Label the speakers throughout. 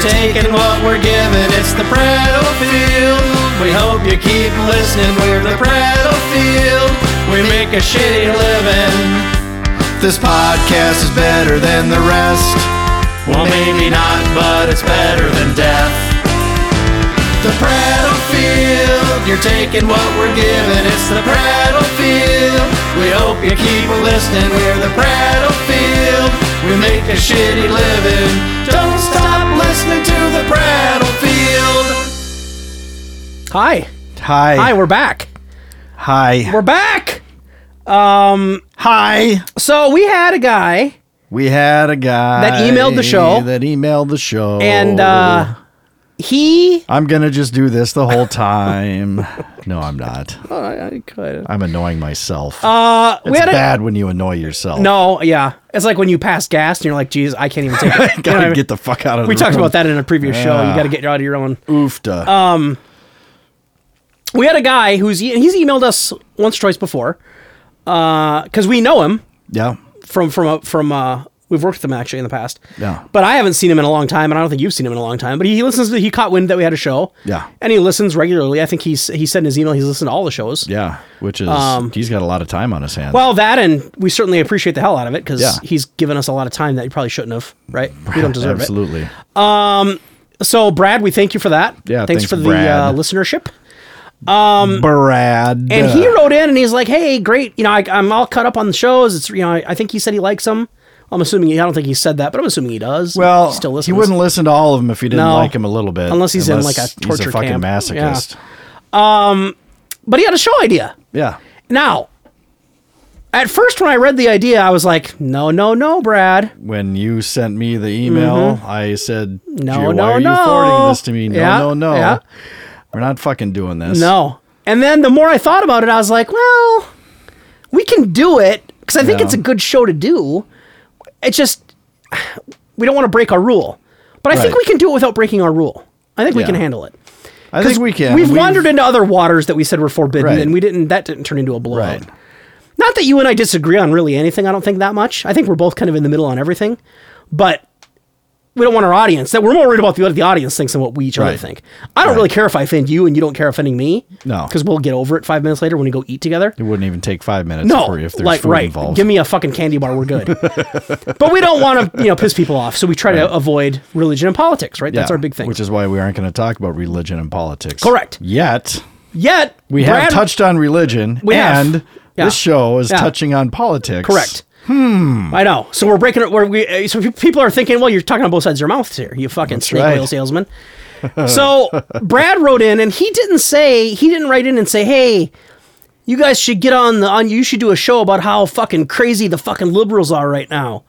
Speaker 1: taking what we're giving. It's the Prattle Field. We hope you keep listening. We're the Prattle Field. We make a shitty living. This podcast is better than the rest. Well, maybe not, but it's better than death. The Prattle Field. You're taking what we're giving. It's the Prattle Field. We hope you keep listening. We're the Prattle Field. We make a shitty living. Don't stop listening to the Prattle Field.
Speaker 2: Hi.
Speaker 1: Hi.
Speaker 2: Hi, we're back.
Speaker 1: Hi.
Speaker 2: We're back. Um,
Speaker 1: Hi.
Speaker 2: So we had a guy
Speaker 1: We had a guy
Speaker 2: That emailed the show.
Speaker 1: That emailed the show.
Speaker 2: and
Speaker 1: Oh.
Speaker 2: uh he
Speaker 1: I'm gonna just do this the whole time. no, I'm not.
Speaker 2: oh, I, I could.
Speaker 1: I'm annoying myself.
Speaker 2: Uh we
Speaker 1: it's
Speaker 2: had a
Speaker 1: bad when you annoy yourself.
Speaker 2: No, yeah. It's like when you pass gas and you're like, "Geez, I can't even take it." You know
Speaker 1: gotta
Speaker 2: what I mean?
Speaker 1: get the fuck out of.
Speaker 2: we
Speaker 1: the
Speaker 2: talked
Speaker 1: room.
Speaker 2: about that in a previous show. You
Speaker 1: Yeah.
Speaker 2: got to get out of your own.
Speaker 1: Oofta.
Speaker 2: Uh, We had a guy who's e- he's emailed us once, or twice before, because we know him
Speaker 1: yeah.
Speaker 2: from from uh, from uh, we've worked with him actually in the past.
Speaker 1: Yeah.
Speaker 2: But I haven't seen him in a long time, and I don't think you've seen him in a long time. But he, he listens. To, he caught wind that we had a show.
Speaker 1: Yeah.
Speaker 2: And he listens regularly. I think he's he said in his email he's listened to all the shows.
Speaker 1: Yeah. Which is
Speaker 2: Um,
Speaker 1: he's got a lot of time on his hands.
Speaker 2: Well, that and we certainly appreciate the hell out of it because
Speaker 1: Yeah.
Speaker 2: he's given us a lot of time that he probably shouldn't have. Right? We don't deserve it.
Speaker 1: absolutely.
Speaker 2: So, Brad, we thank you for that.
Speaker 1: Yeah,
Speaker 2: thanks,
Speaker 1: thanks,
Speaker 2: for the uh,
Speaker 1: Brad.
Speaker 2: listenership.
Speaker 1: Brad.
Speaker 2: Um,
Speaker 1: Uh,
Speaker 2: And he wrote in and he's like, "Hey, great, you know, I, I'm all cut up on the shows. It's you know, I, I think he said he likes them. I'm assuming he, I don't think he said that, but I'm assuming he does.
Speaker 1: well,
Speaker 2: he still listens.
Speaker 1: he wouldn't listen to all of them if he didn't
Speaker 2: No.
Speaker 1: like him a little bit.
Speaker 2: Unless he's in, like, a
Speaker 1: he's
Speaker 2: torture
Speaker 1: fucking
Speaker 2: camp.
Speaker 1: masochist.
Speaker 2: but he had a show idea.
Speaker 1: Yeah.
Speaker 2: Now, at first, when I read the idea, I was like, "No, no, no, Brad,
Speaker 1: When you sent me the email, I said,
Speaker 2: Mm-hmm. No,
Speaker 1: "Gee, why
Speaker 2: no,
Speaker 1: are
Speaker 2: no."
Speaker 1: you forwarding this to me? No,
Speaker 2: Yeah,
Speaker 1: no, no.
Speaker 2: yeah.
Speaker 1: We're not fucking doing this.
Speaker 2: no." And then the more I thought about it, I was like, "Well, we can do it because I think
Speaker 1: Yeah.
Speaker 2: it's a good show to do. It's just we don't want to break our rule, but I think
Speaker 1: Right.
Speaker 2: we can do it without breaking our rule. I think we
Speaker 1: Yeah.
Speaker 2: can handle it."
Speaker 1: I think we can.
Speaker 2: We've, wandered into other waters that we said were forbidden,
Speaker 1: Right.
Speaker 2: and we didn't. That didn't turn into a blowout.
Speaker 1: Right.
Speaker 2: Not that you and I disagree on really anything. I don't think that much. I think we're both kind of in the middle on everything, but we don't want our audience. That we're more worried about the, what the audience thinks than what we each other
Speaker 1: Right.
Speaker 2: think. I don't
Speaker 1: Right.
Speaker 2: really care if I offend you, and you don't care offending me.
Speaker 1: No.
Speaker 2: because we'll get over it five minutes later when we go eat together.
Speaker 1: It wouldn't even take five minutes
Speaker 2: No,
Speaker 1: for you if there's
Speaker 2: like
Speaker 1: food
Speaker 2: right,
Speaker 1: involved.
Speaker 2: give me a fucking candy bar, we're good. but we don't want to, you know, piss people off, so we try to avoid religion and politics. Right, that's
Speaker 1: Yeah,
Speaker 2: our big thing.
Speaker 1: Which is why we aren't going to talk about religion and politics.
Speaker 2: Correct.
Speaker 1: Yet
Speaker 2: Yet
Speaker 1: we have
Speaker 2: Brad-
Speaker 1: touched on religion,
Speaker 2: We have.
Speaker 1: and
Speaker 2: Yeah.
Speaker 1: this show is
Speaker 2: Yeah.
Speaker 1: touching on politics.
Speaker 2: Correct. Hmm. I know. So we're breaking it. We're, we uh, so pe- people are thinking, well, you're talking on both sides of your mouth here. You fucking snake
Speaker 1: right.
Speaker 2: oil salesman. so Brad wrote in, and he didn't say he didn't write in and say, hey, you guys should get on the on. You should do a show about how fucking crazy the fucking liberals are right now.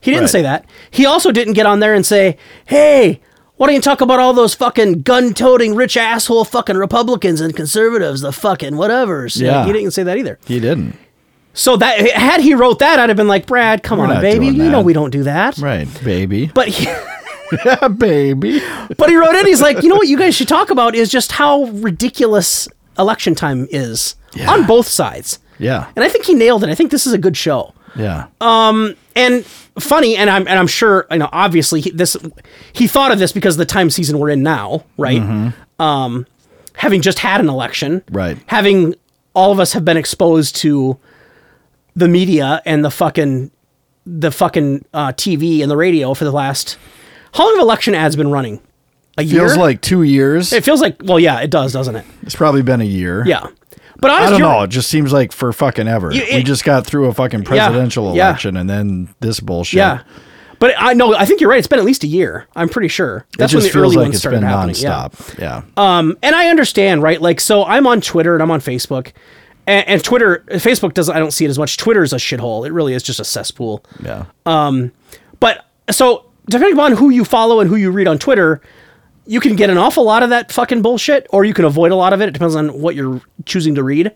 Speaker 2: He didn't
Speaker 1: Right.
Speaker 2: say that. He also didn't get on there and say, hey. Why don't you talk about all those fucking gun-toting, rich asshole fucking Republicans and conservatives, the fucking whatevers? Like,
Speaker 1: Yeah.
Speaker 2: he didn't say that either.
Speaker 1: He didn't.
Speaker 2: So that had he wrote that, I'd have been like, Brad, come on,
Speaker 1: not
Speaker 2: baby,
Speaker 1: doing
Speaker 2: you know
Speaker 1: that."
Speaker 2: we don't do that.
Speaker 1: Right, baby.
Speaker 2: But he,
Speaker 1: baby.
Speaker 2: but he wrote it. He's like, you know what, you guys should talk about is just how ridiculous election time is on both sides.
Speaker 1: Yeah.
Speaker 2: And I think he nailed it. I think this is a good show.
Speaker 1: Yeah.
Speaker 2: and funny and i'm and i'm sure you know obviously he, this he thought of this because of the time season we're in now right um having just had an election
Speaker 1: Mm-hmm. Right.
Speaker 2: having all of us have been exposed to the media and the fucking the fucking uh, tv and the radio for the last how long have election ads been running a year
Speaker 1: Feels like two years.
Speaker 2: it feels like well yeah it does doesn't it
Speaker 1: it's probably been a year.
Speaker 2: yeah but
Speaker 1: I
Speaker 2: honestly,
Speaker 1: don't know. It just seems like for fucking ever. we
Speaker 2: it-
Speaker 1: just got through a fucking presidential
Speaker 2: yeah.
Speaker 1: election and then this bullshit.
Speaker 2: yeah but I know I think you're right. It's been at least a year. I'm pretty sure.
Speaker 1: It
Speaker 2: That's
Speaker 1: just
Speaker 2: when the
Speaker 1: feels
Speaker 2: early
Speaker 1: like
Speaker 2: ones
Speaker 1: it's
Speaker 2: started
Speaker 1: been
Speaker 2: happening. Yeah.
Speaker 1: nonstop. Yeah.
Speaker 2: Um, and I understand, right? Like, so I'm on Twitter and I'm on Facebook, and, and Twitter, Facebook does. I don't see it as much. Twitter is a shithole. It really is just a cesspool.
Speaker 1: yeah.
Speaker 2: uh, But so depending upon who you follow and who you read on Twitter, you can get an awful lot of that fucking bullshit, or you can avoid a lot of it. It depends on what you're choosing to read.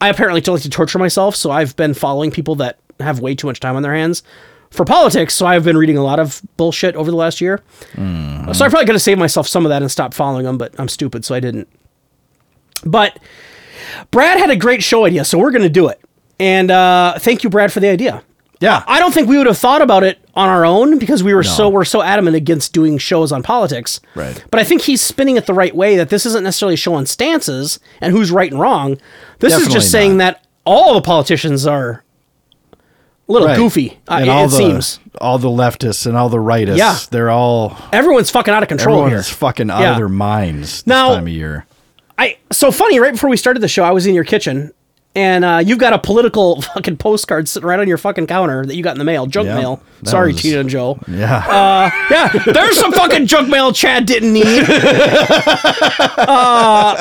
Speaker 2: I apparently don't like to torture myself, so I've been following people that have way too much time on their hands for politics. So I've been reading a lot of bullshit over the last year. So I probably could have saved myself some of that and stopped following them, but I'm stupid, so I didn't. But Brad had a great show idea, so we're going to do it. And uh, thank you, Brad, for the idea.
Speaker 3: Yeah.
Speaker 2: I don't think we would have thought about it on our own because we were
Speaker 3: No.
Speaker 2: so we're so adamant against doing shows on politics.
Speaker 3: Right.
Speaker 2: But I think he's spinning it the right way that this isn't necessarily a show on stances and who's right and wrong. This
Speaker 3: Definitely
Speaker 2: is just saying that all the politicians are a little
Speaker 3: Right.
Speaker 2: goofy. Uh, it it
Speaker 3: the,
Speaker 2: seems
Speaker 3: all the leftists and all the rightists,
Speaker 2: Yeah.
Speaker 3: they're all
Speaker 2: everyone's fucking out of control
Speaker 3: everyone
Speaker 2: here.
Speaker 3: is fucking out of
Speaker 2: Yeah.
Speaker 3: their minds this
Speaker 2: Now-
Speaker 3: time of year.
Speaker 2: I so funny. Right before we started the show, I was in your kitchen, and uh, you've got a political fucking postcard sitting right on your fucking counter that you got in the mail, junk
Speaker 3: Yeah,
Speaker 2: mail.
Speaker 3: that
Speaker 2: Sorry,
Speaker 3: was-
Speaker 2: Cheetah and Joe. uh,
Speaker 3: Yeah.
Speaker 2: Yeah, there's some fucking junk mail Chad didn't need. uh, and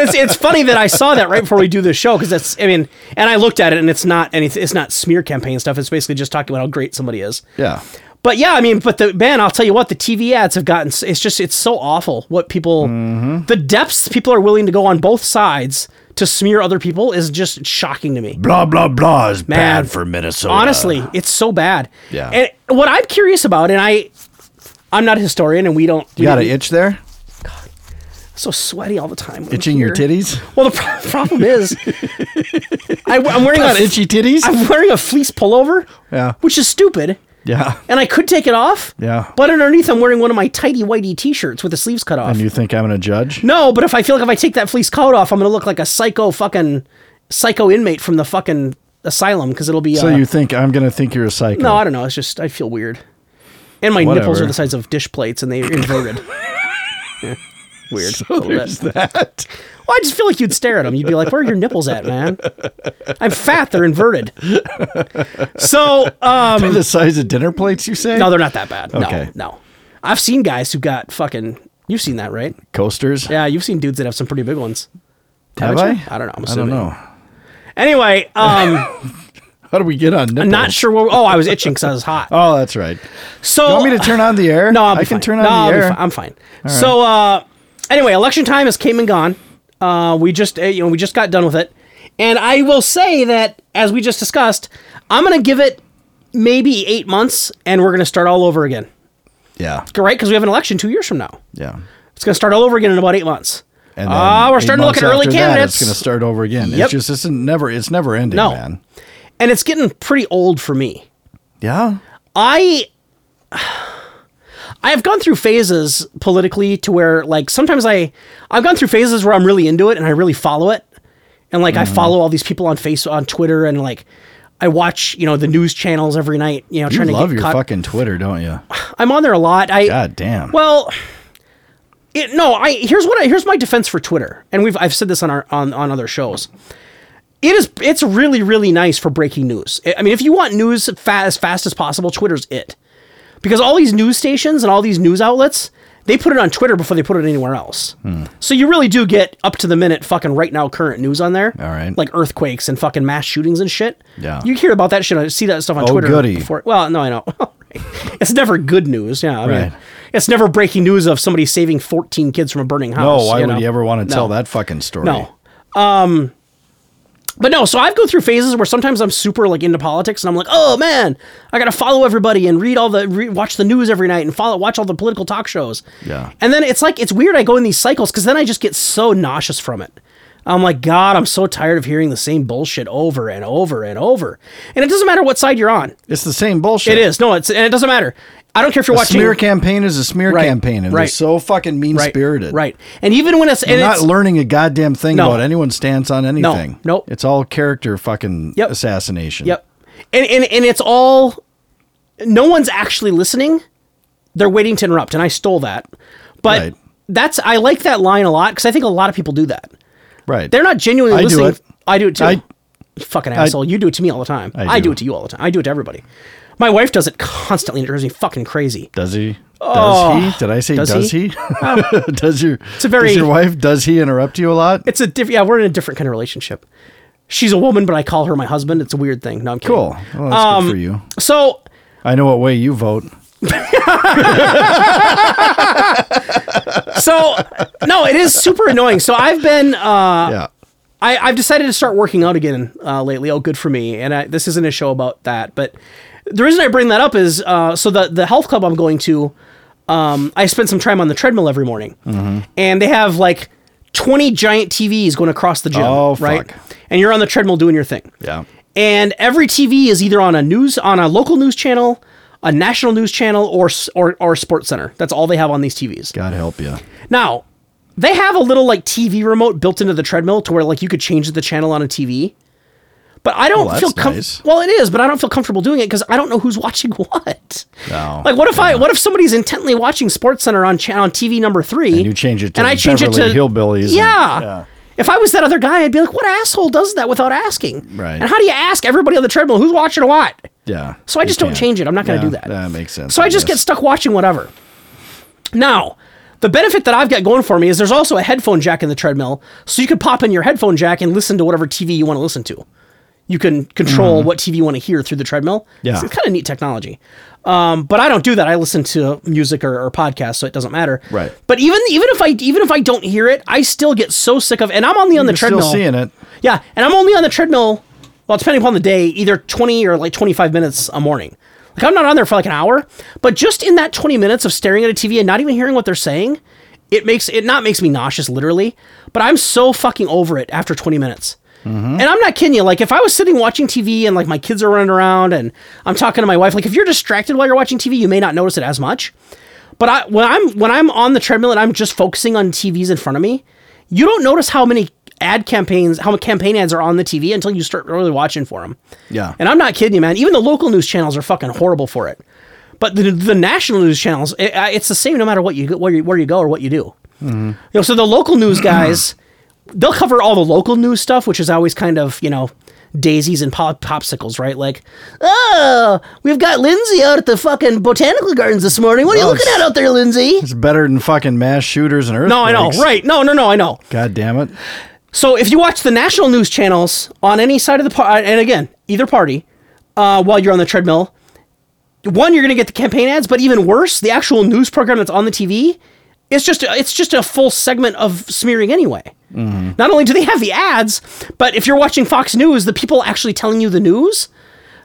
Speaker 2: it's it's funny that I saw that right before we do this show because that's I mean, and I looked at it and it's not and it's, it's not smear campaign stuff. It's basically just talking about how great somebody is.
Speaker 3: yeah.
Speaker 2: But yeah, I mean, but the man, I'll tell you what, the TV ads have gotten. It's just it's so awful what people, the depths people are willing to go on both sides to smear other people is just shocking to me.
Speaker 3: Blah blah blah is
Speaker 2: Man,
Speaker 3: bad for Minnesota.
Speaker 2: Honestly, it's so bad.
Speaker 3: uh, Yeah.
Speaker 2: And what I'm curious about, and I, I'm not a historian, and we don't.
Speaker 3: You
Speaker 2: we
Speaker 3: got an
Speaker 2: didn't-
Speaker 3: itch there?
Speaker 2: So sweaty all the time. when I'm
Speaker 3: Itching your
Speaker 2: here.
Speaker 3: titties?
Speaker 2: Well, the pro- problem is, I, am wearing
Speaker 3: Got
Speaker 2: a
Speaker 3: itchy titties?
Speaker 2: I'm wearing a fleece pullover.
Speaker 3: Yeah.
Speaker 2: Which is stupid.
Speaker 3: yeah.
Speaker 2: And I could take it off.
Speaker 3: Yeah.
Speaker 2: But underneath, I'm wearing one of my tidy whitey t-shirts with the sleeves cut off.
Speaker 3: And you think I'm gonna judge?
Speaker 2: No, but if I feel like if I take that fleece coat off, I'm gonna look like a psycho fucking psycho inmate from the fucking asylum because it'll be.
Speaker 3: So
Speaker 2: uh,
Speaker 3: you think I'm gonna think you're a psycho?
Speaker 2: No, I don't know. It's just I feel weird. And my nipples
Speaker 3: Whatever.
Speaker 2: are the size of dish plates, and they are inverted. Yeah. Weird. a little bit.
Speaker 3: There's that.
Speaker 2: Well, I just feel like you'd stare at them. You'd be like, "Where are your nipples at, man? I'm fat. They're inverted." So, um,
Speaker 3: the size of dinner plates, you say?
Speaker 2: no, they're not that bad.
Speaker 3: Okay.
Speaker 2: No, no. I've seen guys who got fucking. You've seen that, right?
Speaker 3: coasters.
Speaker 2: Yeah, you've seen dudes that have some pretty big ones.
Speaker 3: Have
Speaker 2: Haven't
Speaker 3: I?
Speaker 2: you? I don't know. I'm
Speaker 3: I don't
Speaker 2: assuming.
Speaker 3: know.
Speaker 2: Anyway, um,
Speaker 3: How do we get on nipples?
Speaker 2: not sure where. Oh, I was itching because I was hot.
Speaker 3: Oh, that's right.
Speaker 2: So
Speaker 3: You want me to turn on the air?
Speaker 2: Oh. No, I'll
Speaker 3: I
Speaker 2: be
Speaker 3: can
Speaker 2: fine.
Speaker 3: turn on
Speaker 2: No, I'll
Speaker 3: the
Speaker 2: be
Speaker 3: air.
Speaker 2: fi- I'm fine. So uh, anyway, election time has came and gone. Uh, we just uh, you know we just got done with it, and I will say that as we just discussed, I'm going to give it maybe eight months, and we're going to start all over again.
Speaker 3: yeah.
Speaker 2: Right? Because we have an election two years from now.
Speaker 3: Yeah.
Speaker 2: It's going to start all over again in about eight months.
Speaker 3: And
Speaker 2: Ah,
Speaker 3: then
Speaker 2: we're
Speaker 3: eight
Speaker 2: starting to look
Speaker 3: months
Speaker 2: at early
Speaker 3: after that,
Speaker 2: candidates.
Speaker 3: it's going to start over again.
Speaker 2: Yep.
Speaker 3: It's just it's never it's never ending,
Speaker 2: No.
Speaker 3: man.
Speaker 2: and it's getting pretty old for me.
Speaker 3: Yeah.
Speaker 2: I I have gone through phases politically to where like sometimes I I've gone through phases where I'm really into it and I really follow it. And like
Speaker 3: Mm-hmm.
Speaker 2: I follow all these people on face on Twitter and like I watch, you know, the news channels every night, you know,
Speaker 3: You
Speaker 2: trying to
Speaker 3: love
Speaker 2: get
Speaker 3: your
Speaker 2: caught.
Speaker 3: fucking Twitter, don't you?
Speaker 2: I'm on there a lot. I
Speaker 3: God damn.
Speaker 2: well, it, no, I here's what I, here's my defense for Twitter, and we've I've said this on our on, on other shows. It is it's really really nice for breaking news. I I mean, if you want news fa- as fast as possible, Twitter's it, because all these news stations and all these news outlets they put it on Twitter before they put it anywhere else.
Speaker 3: Hmm.
Speaker 2: So you really do get up to the minute fucking right now current news on there.
Speaker 3: All right.
Speaker 2: like earthquakes and fucking mass shootings and shit.
Speaker 3: Yeah. Oh,
Speaker 2: you hear about that shit. I see that stuff on Twitter
Speaker 3: goody.
Speaker 2: before. Well, no, I know. it's never good news. Yeah, I
Speaker 3: Right.
Speaker 2: mean, it's never breaking news of somebody saving 14 kids from a burning
Speaker 3: no,
Speaker 2: house.
Speaker 3: why would
Speaker 2: know?
Speaker 3: you ever want to tell
Speaker 2: No.
Speaker 3: that fucking story?
Speaker 2: No. Um, but no, so I've gone through phases where sometimes I'm super like into politics and I'm like, oh man, I gotta follow everybody and read all the re- watch the news every night and follow watch all the political talk shows.
Speaker 3: Yeah.
Speaker 2: And then it's like it's weird I go in these cycles because then I just get so nauseous from it. I'm like, God, I'm so tired of hearing the same bullshit over and over and over. And it doesn't matter what side you're on.
Speaker 3: It's the same bullshit.
Speaker 2: It is no, it's and it doesn't matter. I don't care if you're
Speaker 3: A
Speaker 2: watching
Speaker 3: smear campaign is a smear
Speaker 2: Right,
Speaker 3: campaign, and they're
Speaker 2: right.
Speaker 3: so fucking mean
Speaker 2: right,
Speaker 3: spirited.
Speaker 2: right? And even when it's and
Speaker 3: They're not
Speaker 2: it's,
Speaker 3: learning a goddamn thing
Speaker 2: No.
Speaker 3: about anyone's stance on anything.
Speaker 2: nope.
Speaker 3: It's all character fucking
Speaker 2: Yep.
Speaker 3: assassination.
Speaker 2: Yep. And, and and it's all no one's actually listening. They're waiting to interrupt, and I stole that. But
Speaker 3: Right.
Speaker 2: that's I like that line a lot because I think a lot of people do that.
Speaker 3: Right.
Speaker 2: They're not genuinely
Speaker 3: I do
Speaker 2: listening.
Speaker 3: it.
Speaker 2: I do it too.
Speaker 3: I-
Speaker 2: You fucking asshole. you do it to me all the time. I do.
Speaker 3: do.
Speaker 2: it to you all the time. I do it to everybody. My wife does it constantly and it drives me fucking crazy.
Speaker 3: Does he?
Speaker 2: Oh.
Speaker 3: does he? Did I say does,
Speaker 2: Does
Speaker 3: he?
Speaker 2: he? Um,
Speaker 3: does your
Speaker 2: a very-
Speaker 3: does your wife? Does he interrupt you a lot?
Speaker 2: It's a different, yeah, we're in a different kind of relationship. She's a woman, but I call her my husband. It's a weird thing. No, I'm kidding.
Speaker 3: Cool. Well, that's good
Speaker 2: Um,
Speaker 3: for you.
Speaker 2: So
Speaker 3: I know what way you vote.
Speaker 2: so no, it is super annoying. So I've been uh
Speaker 3: yeah.
Speaker 2: I, I've decided to start working out again uh, lately. Oh, good for me! And I, this isn't a show about that, but the reason I bring that up is uh, so the the health club I'm going to, um, I spend some time on the treadmill every morning,
Speaker 3: Mm-hmm.
Speaker 2: and they have like twenty giant TVs going across the gym,
Speaker 3: Oh,
Speaker 2: right?
Speaker 3: fuck.
Speaker 2: And you're on the treadmill doing your thing.
Speaker 3: Yeah.
Speaker 2: and every TV is either on a news on a local news channel, a national news channel, or s- or or Sports Center. That's all they have on these TVs.
Speaker 3: God help you.
Speaker 2: Now, they have a little like TV remote built into the treadmill to where like you could change the channel on a TV. But I don't
Speaker 3: Well,
Speaker 2: feel
Speaker 3: that's
Speaker 2: com-
Speaker 3: nice.
Speaker 2: well. It is, but I don't feel comfortable doing it because I don't know who's watching what.
Speaker 3: No,
Speaker 2: like, what if I? What if somebody's intently watching Sports Center on cha- on TV number three?
Speaker 3: you change it to
Speaker 2: and I change it to
Speaker 3: Beverly Hillbillies and-
Speaker 2: Yeah.
Speaker 3: yeah.
Speaker 2: If I was that other guy, I'd be like, "What asshole does that without asking?"
Speaker 3: Right.
Speaker 2: And how do you ask everybody on the treadmill who's watching what?
Speaker 3: Yeah.
Speaker 2: So I just don't change it. I'm not going to do that.
Speaker 3: That makes sense.
Speaker 2: So I just
Speaker 3: guess.
Speaker 2: get stuck watching whatever. Now, the benefit that I've got going for me is there's also a headphone jack in the treadmill, so you can pop in your headphone jack and listen to whatever TV you want to listen to. You can control what TV you want to hear through the treadmill.
Speaker 3: Mm-hmm. Yeah.
Speaker 2: It's, kind of neat technology. Um, but I don't do that. I listen to music or, or podcasts, so it doesn't matter.
Speaker 3: Right.
Speaker 2: But even even if I even if I don't hear it, I still get so sick of. And I'm only on the
Speaker 3: You're
Speaker 2: treadmill.
Speaker 3: Still seeing it.
Speaker 2: Yeah, and I'm only on the treadmill. Well, depending upon the day, either 20 or like 25 minutes a morning. Like I'm not on there for like an hour, but just in that 20 minutes of staring at a TV and not even hearing what they're saying, it makes it not makes me nauseous literally, but I'm so fucking over it after 20 minutes. And I'm not kidding you. Like if I was sitting watching TV and like my kids are running around and I'm talking to my wife, like if you're distracted while you're watching TV, you may not notice it as much. But I when I'm when I'm on the treadmill and I'm just focusing on TVs in front of me, you don't notice how many ad campaigns, how many campaign ads are on the TV until you start really watching for them.
Speaker 3: Yeah.
Speaker 2: And I'm not kidding you, man. Even the local news channels are fucking horrible for it. But the, the national news channels, it, I- it's the same no matter what you go, where you, where you go or what you do. You know, so the local news guys, they'll cover all the local news stuff, which is always kind of you know daisies and pop- popsicles, right? Like, oh, we've got Lindsay out at the fucking botanical gardens this morning. What are you
Speaker 3: Oh,
Speaker 2: looking
Speaker 3: it's-
Speaker 2: at out there, Lindsay?
Speaker 3: it's better than fucking mass shooters and earthquakes.
Speaker 2: No, I know, right? No, no, no, I know.
Speaker 3: God damn it.
Speaker 2: So if you watch the national news channels on any side of the party, and again, either party, uh, while you're on the treadmill, one, you're going to get the campaign ads, but even worse, the actual news program that's on the TV, it's just it's just a full segment of smearing anyway. Not only do they have the ads, but if you're watching Fox News, the people actually telling you the news,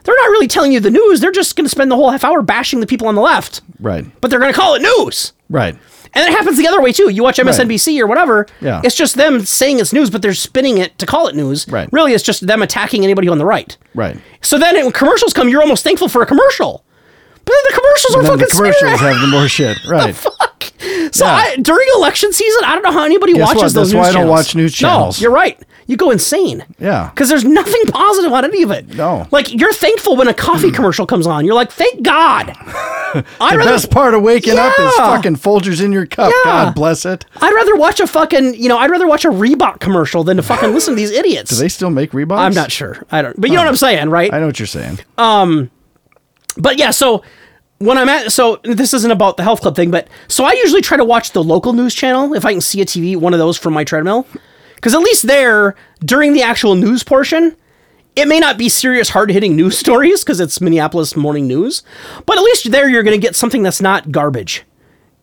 Speaker 2: they're not really telling you the news. They're just going to spend the whole half hour bashing the people on the left,
Speaker 3: Right.
Speaker 2: but they're going to call it news.
Speaker 3: Right.
Speaker 2: And it happens the other way too. You watch MSNBC or whatever.
Speaker 3: Yeah.
Speaker 2: It's just them saying it's news, but they're spinning it to call it news.
Speaker 3: Right.
Speaker 2: Really, it's just them attacking anybody on the right.
Speaker 3: Right.
Speaker 2: So then, when commercials come, you're almost thankful for a commercial. But then the commercials are
Speaker 3: And then
Speaker 2: fucking
Speaker 3: the
Speaker 2: commercials
Speaker 3: commercials have the more shit. Right.
Speaker 2: Fuck. So
Speaker 3: Yeah.
Speaker 2: I, during election season, I don't know how anybody
Speaker 3: Guess
Speaker 2: watches
Speaker 3: what?
Speaker 2: those.
Speaker 3: That's
Speaker 2: news
Speaker 3: why I don't
Speaker 2: channels.
Speaker 3: watch news channels.
Speaker 2: No, you're right. You go insane.
Speaker 3: Yeah.
Speaker 2: Because there's nothing positive on any of it.
Speaker 3: No.
Speaker 2: Like you're thankful when a coffee commercial comes on. You're like, thank God. I
Speaker 3: The best part of waking up is
Speaker 2: Yeah.
Speaker 3: fucking Folgers in your cup.
Speaker 2: Yeah.
Speaker 3: God bless it.
Speaker 2: I'd rather watch a fucking, you know, I'd rather watch a Reebok commercial than to fucking listen to these idiots.
Speaker 3: Do they still make Reeboks?
Speaker 2: I'm not sure. I don't. But you know what I'm saying, right?
Speaker 3: I know what you're saying.
Speaker 2: But yeah, so when I'm at, so this isn't about the health club thing, but so I usually try to watch the local news channel if I can see a TV, one of those from my treadmill, because at least there during the actual news portion. It may not be serious, hard hitting news stories because it's Minneapolis morning news, but at least there you're going to get something that's not garbage.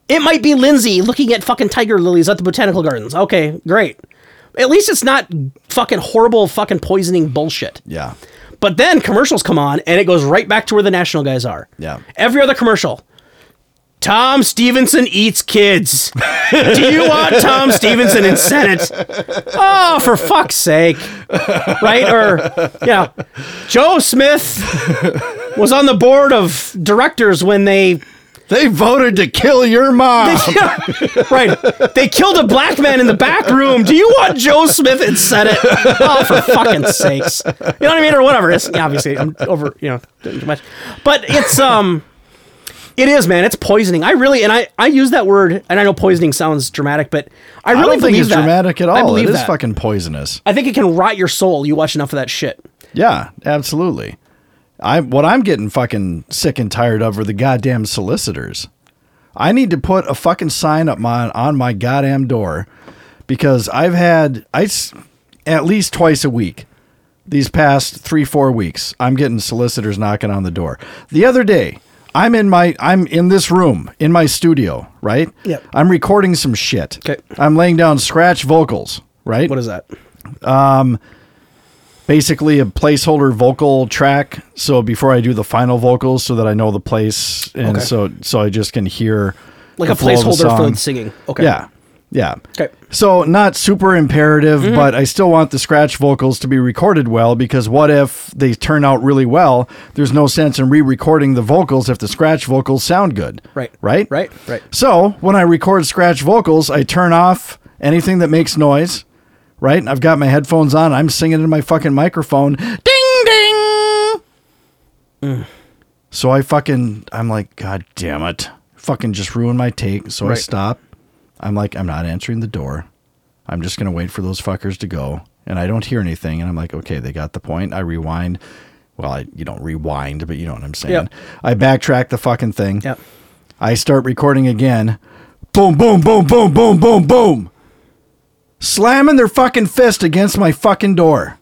Speaker 2: It might be Lindsay looking at fucking tiger lilies at the botanical gardens. Okay, great. At least it's not fucking horrible, fucking poisoning bullshit.
Speaker 3: yeah.
Speaker 2: But then commercials come on and it goes right back to where the national guys are.
Speaker 3: Yeah.
Speaker 2: Every other commercial. Tom Stevenson eats kids. Do you want Tom Stevenson in Senate? Oh, for fuck's sake. Right? Or, yeah. Joe Smith was on the board of directors when they
Speaker 3: They voted to kill your mom.
Speaker 2: yeah, right. They killed a black man in the back room. Do you want Joe Smith and said it? Oh, for fucking sakes. You know what I mean? Or whatever. It's, yeah, obviously, I'm over, you know, doing too much. But it's, um, it is, man. It's poisoning. I really, and I, I use that word, and I know poisoning sounds dramatic, but I really
Speaker 3: I don't
Speaker 2: believe
Speaker 3: think it's
Speaker 2: that.
Speaker 3: dramatic at
Speaker 2: I
Speaker 3: all.
Speaker 2: believe
Speaker 3: It is
Speaker 2: that.
Speaker 3: fucking poisonous.
Speaker 2: I think it can rot your soul. You watch enough of that shit.
Speaker 3: Yeah, absolutely. I what I'm getting fucking sick and tired of are the goddamn solicitors. I need to put a fucking sign up my on my goddamn door because I've had I s- at least twice a week these past 3 4 weeks I'm getting solicitors knocking on the door. The other day, I'm in my I'm in this room in my studio, right?
Speaker 2: Yep.
Speaker 3: I'm recording some shit.
Speaker 2: 'Kay.
Speaker 3: I'm laying down scratch vocals, right?
Speaker 2: What is that?
Speaker 3: basically a placeholder vocal track. So before I do the final vocals, so that I know the place, and
Speaker 2: Okay.
Speaker 3: so so I just can hear
Speaker 2: Like
Speaker 3: the
Speaker 2: a
Speaker 3: flow of the
Speaker 2: placeholder for
Speaker 3: song.
Speaker 2: the singing. Okay.
Speaker 3: Yeah, Yeah.
Speaker 2: Okay. Mm-hmm.
Speaker 3: So not super imperative, but I still want the scratch vocals to be recorded well because what if they turn out really well? There's no sense in re-recording the vocals if the scratch vocals sound good.
Speaker 2: Right.
Speaker 3: Right?
Speaker 2: Right. Right.
Speaker 3: So when I record scratch vocals, I turn off anything that makes noise. Right? I've got my headphones on. I'm singing in my fucking microphone. Ding ding. So I fucking I'm like, God damn it. Fucking just ruined my take. So I
Speaker 2: Right.
Speaker 3: stop. I'm like, I'm not answering the door. I'm just gonna wait for those fuckers to go. And I don't hear anything. And I'm like, okay, they got the point. I rewind. Well, I, you don't rewind, but you know what I'm saying.
Speaker 2: Yep.
Speaker 3: I backtrack the fucking thing.
Speaker 2: Yep.
Speaker 3: I start recording again. Boom, boom, boom, boom, boom, boom, boom. Slamming their fucking fist against my fucking door.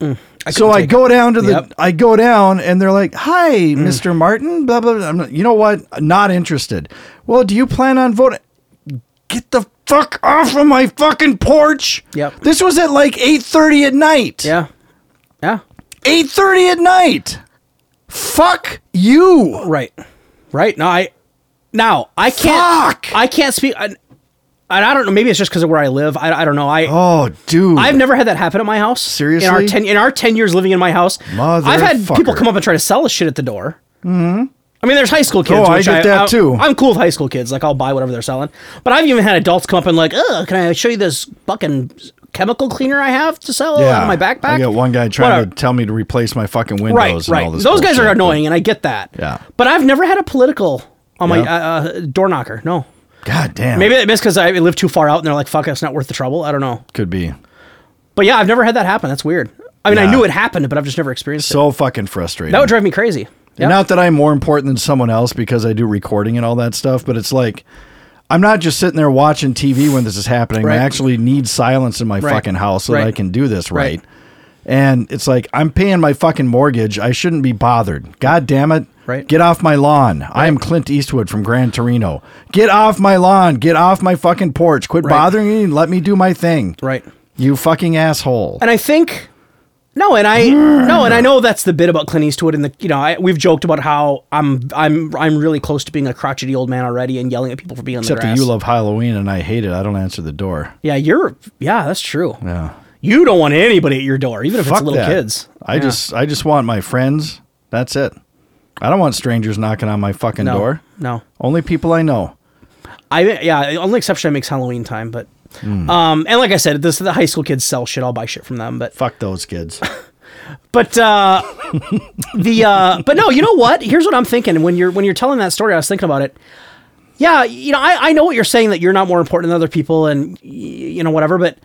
Speaker 3: so
Speaker 2: couldn't
Speaker 3: I
Speaker 2: take
Speaker 3: go down to the,
Speaker 2: Yep. Mm.
Speaker 3: I go down and they're like, hi, Mr. Martin, blah, blah, blah. I'm not, you know what? Not interested. Well, do you plan on voting? Get the fuck off of my fucking porch.
Speaker 2: Yep.
Speaker 3: This was at like 8.30 at night.
Speaker 2: Yeah. Yeah.
Speaker 3: 8.30 at night. Fuck you.
Speaker 2: Right. Right. No, I. Now I can't.
Speaker 3: Fuck!
Speaker 2: I can't speak. I, and I don't know. Maybe it's just because of where I live. I, I don't know. I.
Speaker 3: Oh, dude.
Speaker 2: I've never had that happen at my house.
Speaker 3: Seriously?
Speaker 2: in our ten in our ten years living in my house, I've had
Speaker 3: Motherfucker.
Speaker 2: people come up and try to sell us shit at the door. Mm-hmm. I mean, there's high school kids.
Speaker 3: Oh, I
Speaker 2: which
Speaker 3: get that, too.
Speaker 2: I'm cool with high school kids. Like, I'll buy whatever they're selling. But I've even had adults come up and like, "Oh, can I show you this fucking chemical cleaner I have to sell out of my backpack?"
Speaker 3: I got one guy trying
Speaker 2: Whatever.
Speaker 3: to tell me to replace my fucking windows
Speaker 2: right,
Speaker 3: and
Speaker 2: right.
Speaker 3: all this.
Speaker 2: Those guys are
Speaker 3: bullshit, but-
Speaker 2: annoying, and I get that.
Speaker 3: Yeah.
Speaker 2: But I've never had a political on my
Speaker 3: Yeah.
Speaker 2: uh, uh, door knocker. No.
Speaker 3: God damn.
Speaker 2: Maybe it's because I live too far out, and they're like, "Fuck, it's not worth the trouble." I don't know.
Speaker 3: could be
Speaker 2: But yeah, I've never had that happen. That's weird. I mean, I
Speaker 3: Yeah.
Speaker 2: knew it happened, but I've just never experienced it.
Speaker 3: so fucking frustrating.
Speaker 2: That would drive me crazy.
Speaker 3: And
Speaker 2: Yeah.
Speaker 3: Not that I'm more important than someone else because I do recording and all that stuff, but it's like I'm not just sitting there watching TV when this is happening.
Speaker 2: Right.
Speaker 3: I actually need silence in my
Speaker 2: Right.
Speaker 3: fucking house so that
Speaker 2: Right.
Speaker 3: I can do this right.
Speaker 2: Right.
Speaker 3: And it's like I'm paying my fucking mortgage. I shouldn't be bothered. God damn it.
Speaker 2: Right.
Speaker 3: Get off my lawn. I am Clint Eastwood from Gran Torino. Get off my lawn. Get off my fucking porch. Quit
Speaker 2: Right.
Speaker 3: bothering me and let me do my thing.
Speaker 2: right.
Speaker 3: You fucking asshole.
Speaker 2: And I think no, and I no, and I know that's the bit about Clint Eastwood and the you know I, we've joked about how I'm I'm I'm really close to being a crotchety old man already and yelling at people for being on
Speaker 3: Except
Speaker 2: the
Speaker 3: that
Speaker 2: grass.
Speaker 3: you love Halloween and I hate it. I don't answer the door.
Speaker 2: yeah, you're yeah, that's true.
Speaker 3: Yeah.
Speaker 2: You don't want anybody at your door, even if it's little
Speaker 3: that.
Speaker 2: kids.
Speaker 3: I
Speaker 2: Yeah.
Speaker 3: just I just want my friends. That's it. I don't want strangers knocking on my fucking
Speaker 2: no,
Speaker 3: door.
Speaker 2: no.
Speaker 3: Only people I know.
Speaker 2: I yeah, the only exception I make is Halloween time, but
Speaker 3: Hmm.
Speaker 2: um and like I said, this the high school kids sell shit. I'll buy shit from them, but
Speaker 3: Fuck those kids.
Speaker 2: But uh, the uh, but no, you know what? Here's what I'm thinking when you're when you're telling that story. I was thinking about it. Yeah, you know, I, I know what you're saying that you're not more important than other people, and y- you know whatever. But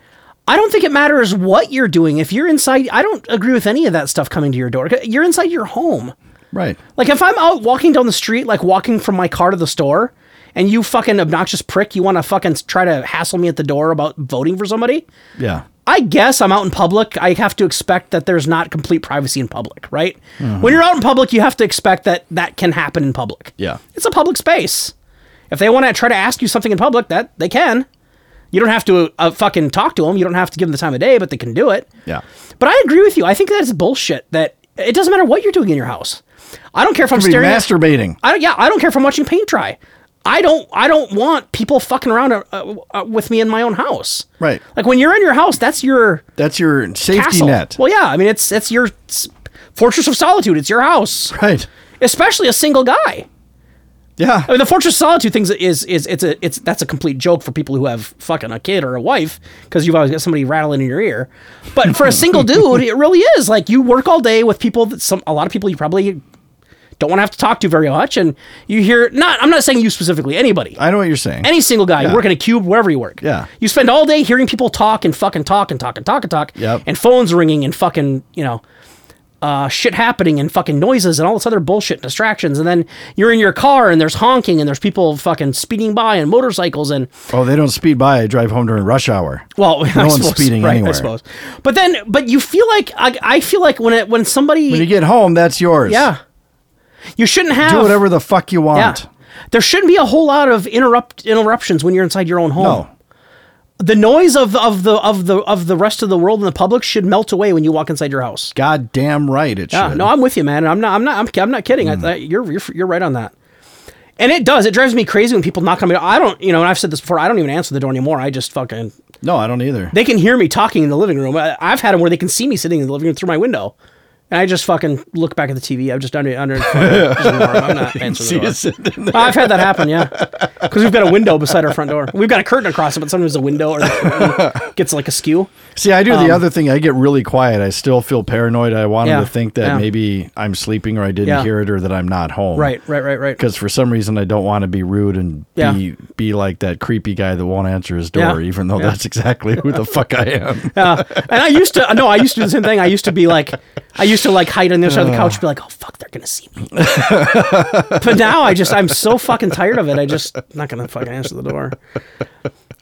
Speaker 2: I don't think it matters what you're doing if you're inside. I don't agree with any of that stuff coming to your door. You're inside your home.
Speaker 3: right.
Speaker 2: Like if I'm out walking down the street, like walking from my car to the store, and you fucking obnoxious prick, you want to fucking try to hassle me at the door about voting for somebody.
Speaker 3: Yeah.
Speaker 2: I guess I'm out in public. I have to expect that there's not complete privacy in public, right? When you're out in public, you have to expect that that can happen in public.
Speaker 3: Yeah.
Speaker 2: It's a public space. If they want to try to ask you something in public, that they can. You don't have to uh, fucking talk to them. You don't have to give them the time of day, but they can do it.
Speaker 3: Yeah.
Speaker 2: But I agree with you. I think that's bullshit. That it doesn't matter what you're doing in your house. I don't care if I'm
Speaker 3: Be
Speaker 2: staring. at-
Speaker 3: masturbating.
Speaker 2: I don't, yeah, I don't care if I'm watching paint dry. I don't. I don't want people fucking around uh, uh, uh, with me in my own house.
Speaker 3: Right.
Speaker 2: Like when you're in your house, that's your
Speaker 3: That's your safety
Speaker 2: castle.
Speaker 3: net.
Speaker 2: Well, yeah, I mean it's it's your s- fortress of solitude. It's your house,
Speaker 3: Right.
Speaker 2: especially a single guy.
Speaker 3: Yeah.
Speaker 2: I mean, the fortress of solitude things is is it's a it's that's a complete joke for people who have fucking a kid or a wife because you've always got somebody rattling in your ear. But for a single dude, it really is like you work all day with people that some a lot of people you probably don't want to have to talk to very much, and you hear not. I'm not saying you specifically, anybody
Speaker 3: I know what you're saying.
Speaker 2: any single guy.
Speaker 3: Yeah.
Speaker 2: You work in a cube, wherever you work.
Speaker 3: Yeah.
Speaker 2: You spend all day hearing people talk and fucking talk and talk and talk and talk.
Speaker 3: Yep.
Speaker 2: And phones ringing and fucking, you know, uh, shit happening and fucking noises and all this other bullshit and distractions. And then you're in your car and there's honking and there's people fucking speeding by and motorcycles and
Speaker 3: oh, they don't speed by. I drive home during rush hour.
Speaker 2: well, I
Speaker 3: one's
Speaker 2: suppose,
Speaker 3: speeding
Speaker 2: right,
Speaker 3: anywhere.
Speaker 2: I suppose. But then, but you feel like I, I feel like when it when somebody
Speaker 3: When you get home, that's yours.
Speaker 2: yeah, you shouldn't have
Speaker 3: Do whatever the fuck you
Speaker 2: yeah.
Speaker 3: want.
Speaker 2: There shouldn't be a whole lot of interrupt interruptions when you're inside your own home.
Speaker 3: No.
Speaker 2: the noise of of the of the of the rest of the world and the public should melt away when you walk inside your house.
Speaker 3: God damn right it
Speaker 2: Yeah,
Speaker 3: should.
Speaker 2: no, I'm with you, man. I'm not. I'm not. I'm, I'm not kidding. I, I, you're, you're you're right on that. And it does. It drives me crazy when people knock on my door. I don't, you know, and I've said this before, I don't even answer the door anymore. I just fucking,
Speaker 3: No, I don't either.
Speaker 2: they can hear me talking in the living room. I, I've had them where they can see me sitting in the living room through my window. And I just fucking look back at the TV. I'm just under, under, just ignore 'em. I'm not answering the door.
Speaker 3: us in there.
Speaker 2: I've had that happen, yeah. Because we've got a window beside our front door. We've got a curtain across it, but sometimes the window or the curtain gets like askew.
Speaker 3: See, I do the other thing. I get really quiet. I still feel paranoid. I want 'em
Speaker 2: Um, Yeah,
Speaker 3: to think that
Speaker 2: yeah.
Speaker 3: maybe I'm sleeping or I didn't
Speaker 2: Yeah.
Speaker 3: hear it or that I'm not home.
Speaker 2: Right, right, right, right.
Speaker 3: Because for some reason, I don't want to be rude and
Speaker 2: Yeah.
Speaker 3: be be like that creepy guy that won't answer his
Speaker 2: Yeah.
Speaker 3: door, even though that's exactly who the fuck I am.
Speaker 2: Uh, and I used to, no, I used to do the same thing. I used to be like, I used to like hide on the other side of the couch, be like, oh fuck, they're gonna see me. but now I just, I'm so fucking tired of it. I just not gonna fucking answer the door.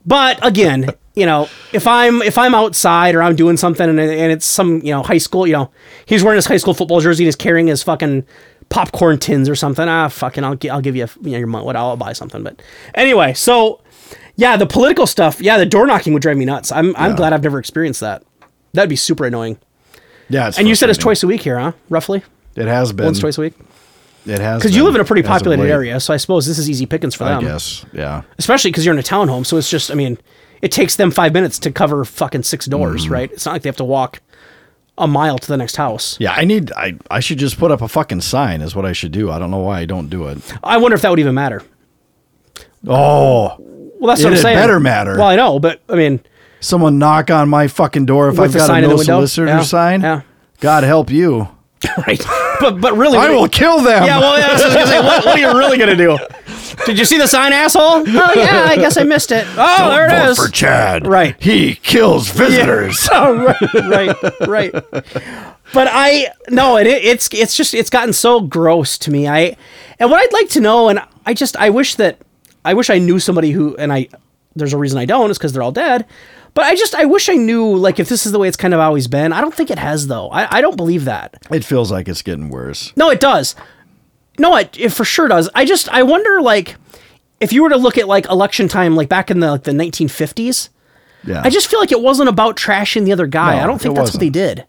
Speaker 2: But again, you know, if I'm if I'm outside or I'm doing something and, and it's some you know high school, you know, he's wearing his high school football jersey and he's carrying his fucking popcorn tins or something. Ah, fucking, I'll gi- I'll give you, a, you know, your money. What I'll buy something. But anyway, so yeah, the political stuff. Yeah, the door knocking would drive me nuts. I'm I'm glad I've never experienced that. That'd be super annoying.
Speaker 3: Yeah. It's
Speaker 2: And you said it's
Speaker 3: frustrating.
Speaker 2: twice a week here, huh? Roughly,
Speaker 3: It has been.
Speaker 2: once twice a week.
Speaker 3: It has.
Speaker 2: Because you
Speaker 3: been
Speaker 2: live in a pretty
Speaker 3: as of
Speaker 2: populated
Speaker 3: late,
Speaker 2: area, um, so I suppose this is easy pickings for
Speaker 3: I
Speaker 2: them.
Speaker 3: guess. Yeah.
Speaker 2: especially because you're in a townhome. So it's just, I mean, it takes them five minutes to cover fucking six doors,
Speaker 3: Mm-hmm.
Speaker 2: right? It's not like they have to walk a mile to the next house.
Speaker 3: Yeah. I need. I. I should just put up a fucking sign. Is what I should do. I don't know why I don't do it.
Speaker 2: I wonder if that would even matter.
Speaker 3: Oh.
Speaker 2: Well, that's what I'm
Speaker 3: It'd
Speaker 2: saying.
Speaker 3: better matter.
Speaker 2: Well, I know, but I mean,
Speaker 3: Someone knock on my fucking door if
Speaker 2: With
Speaker 3: I've
Speaker 2: the
Speaker 3: got
Speaker 2: sign in
Speaker 3: a
Speaker 2: the
Speaker 3: no
Speaker 2: window?
Speaker 3: solicitor
Speaker 2: Yeah,
Speaker 3: sign.
Speaker 2: yeah.
Speaker 3: God help you.
Speaker 2: right? but but really,
Speaker 3: I
Speaker 2: what-
Speaker 3: will kill them.
Speaker 2: Yeah, well, yeah, I was just gonna say, what, what are you really gonna do? Did you see the sign, asshole? Oh yeah, I guess I missed it. Oh, there it
Speaker 3: Vote
Speaker 2: is.
Speaker 3: for Chad.
Speaker 2: Right.
Speaker 3: He kills visitors.
Speaker 2: oh, right, right, right. But I no, it it's it's just it's gotten so gross to me. I and what I'd like to know, and I just I wish that I wish I knew somebody who, and I there's a reason I don't is because they're all dead. But I just I wish I knew like if this is the way it's kind of always been. I don't think it has though. I, I don't believe that.
Speaker 3: It feels like it's getting worse.
Speaker 2: No, it does. No, it, it for sure does. I just I wonder like if you were to look at like election time like back in the like, the 1950s.
Speaker 3: Yeah.
Speaker 2: I just feel like it wasn't about trashing the other guy.
Speaker 3: No,
Speaker 2: I don't think
Speaker 3: it
Speaker 2: that's what
Speaker 3: wasn't.
Speaker 2: they did.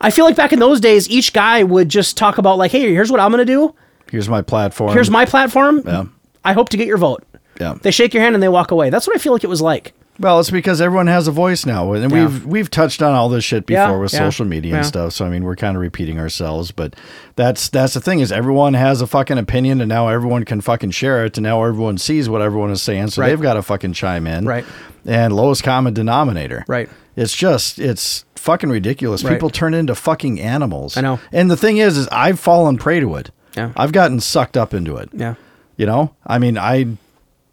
Speaker 2: I feel like back in those days, each guy would just talk about like, "Hey, here's what I'm going to do.
Speaker 3: here's my platform.
Speaker 2: Here's my platform. I hope to get your vote."
Speaker 3: Yeah.
Speaker 2: They shake your hand and they walk away. That's what I feel like it was like.
Speaker 3: Well, it's because everyone has a voice now, and
Speaker 2: Yeah.
Speaker 3: we've we've touched on all this shit before
Speaker 2: Yeah,
Speaker 3: with
Speaker 2: yeah,
Speaker 3: social media and
Speaker 2: yeah.
Speaker 3: stuff. So I mean, we're kind of repeating ourselves, but that's that's the thing is everyone has a fucking opinion, and now everyone can fucking share it, and now everyone sees what everyone is saying, so
Speaker 2: Right.
Speaker 3: they've got to fucking chime in,
Speaker 2: Right.
Speaker 3: And lowest common denominator,
Speaker 2: Right.
Speaker 3: It's just it's fucking ridiculous.
Speaker 2: Right.
Speaker 3: People turn into fucking animals.
Speaker 2: I know.
Speaker 3: And the thing is, is I've fallen prey to it.
Speaker 2: Yeah.
Speaker 3: I've gotten sucked up into it.
Speaker 2: Yeah.
Speaker 3: You know, I mean, I,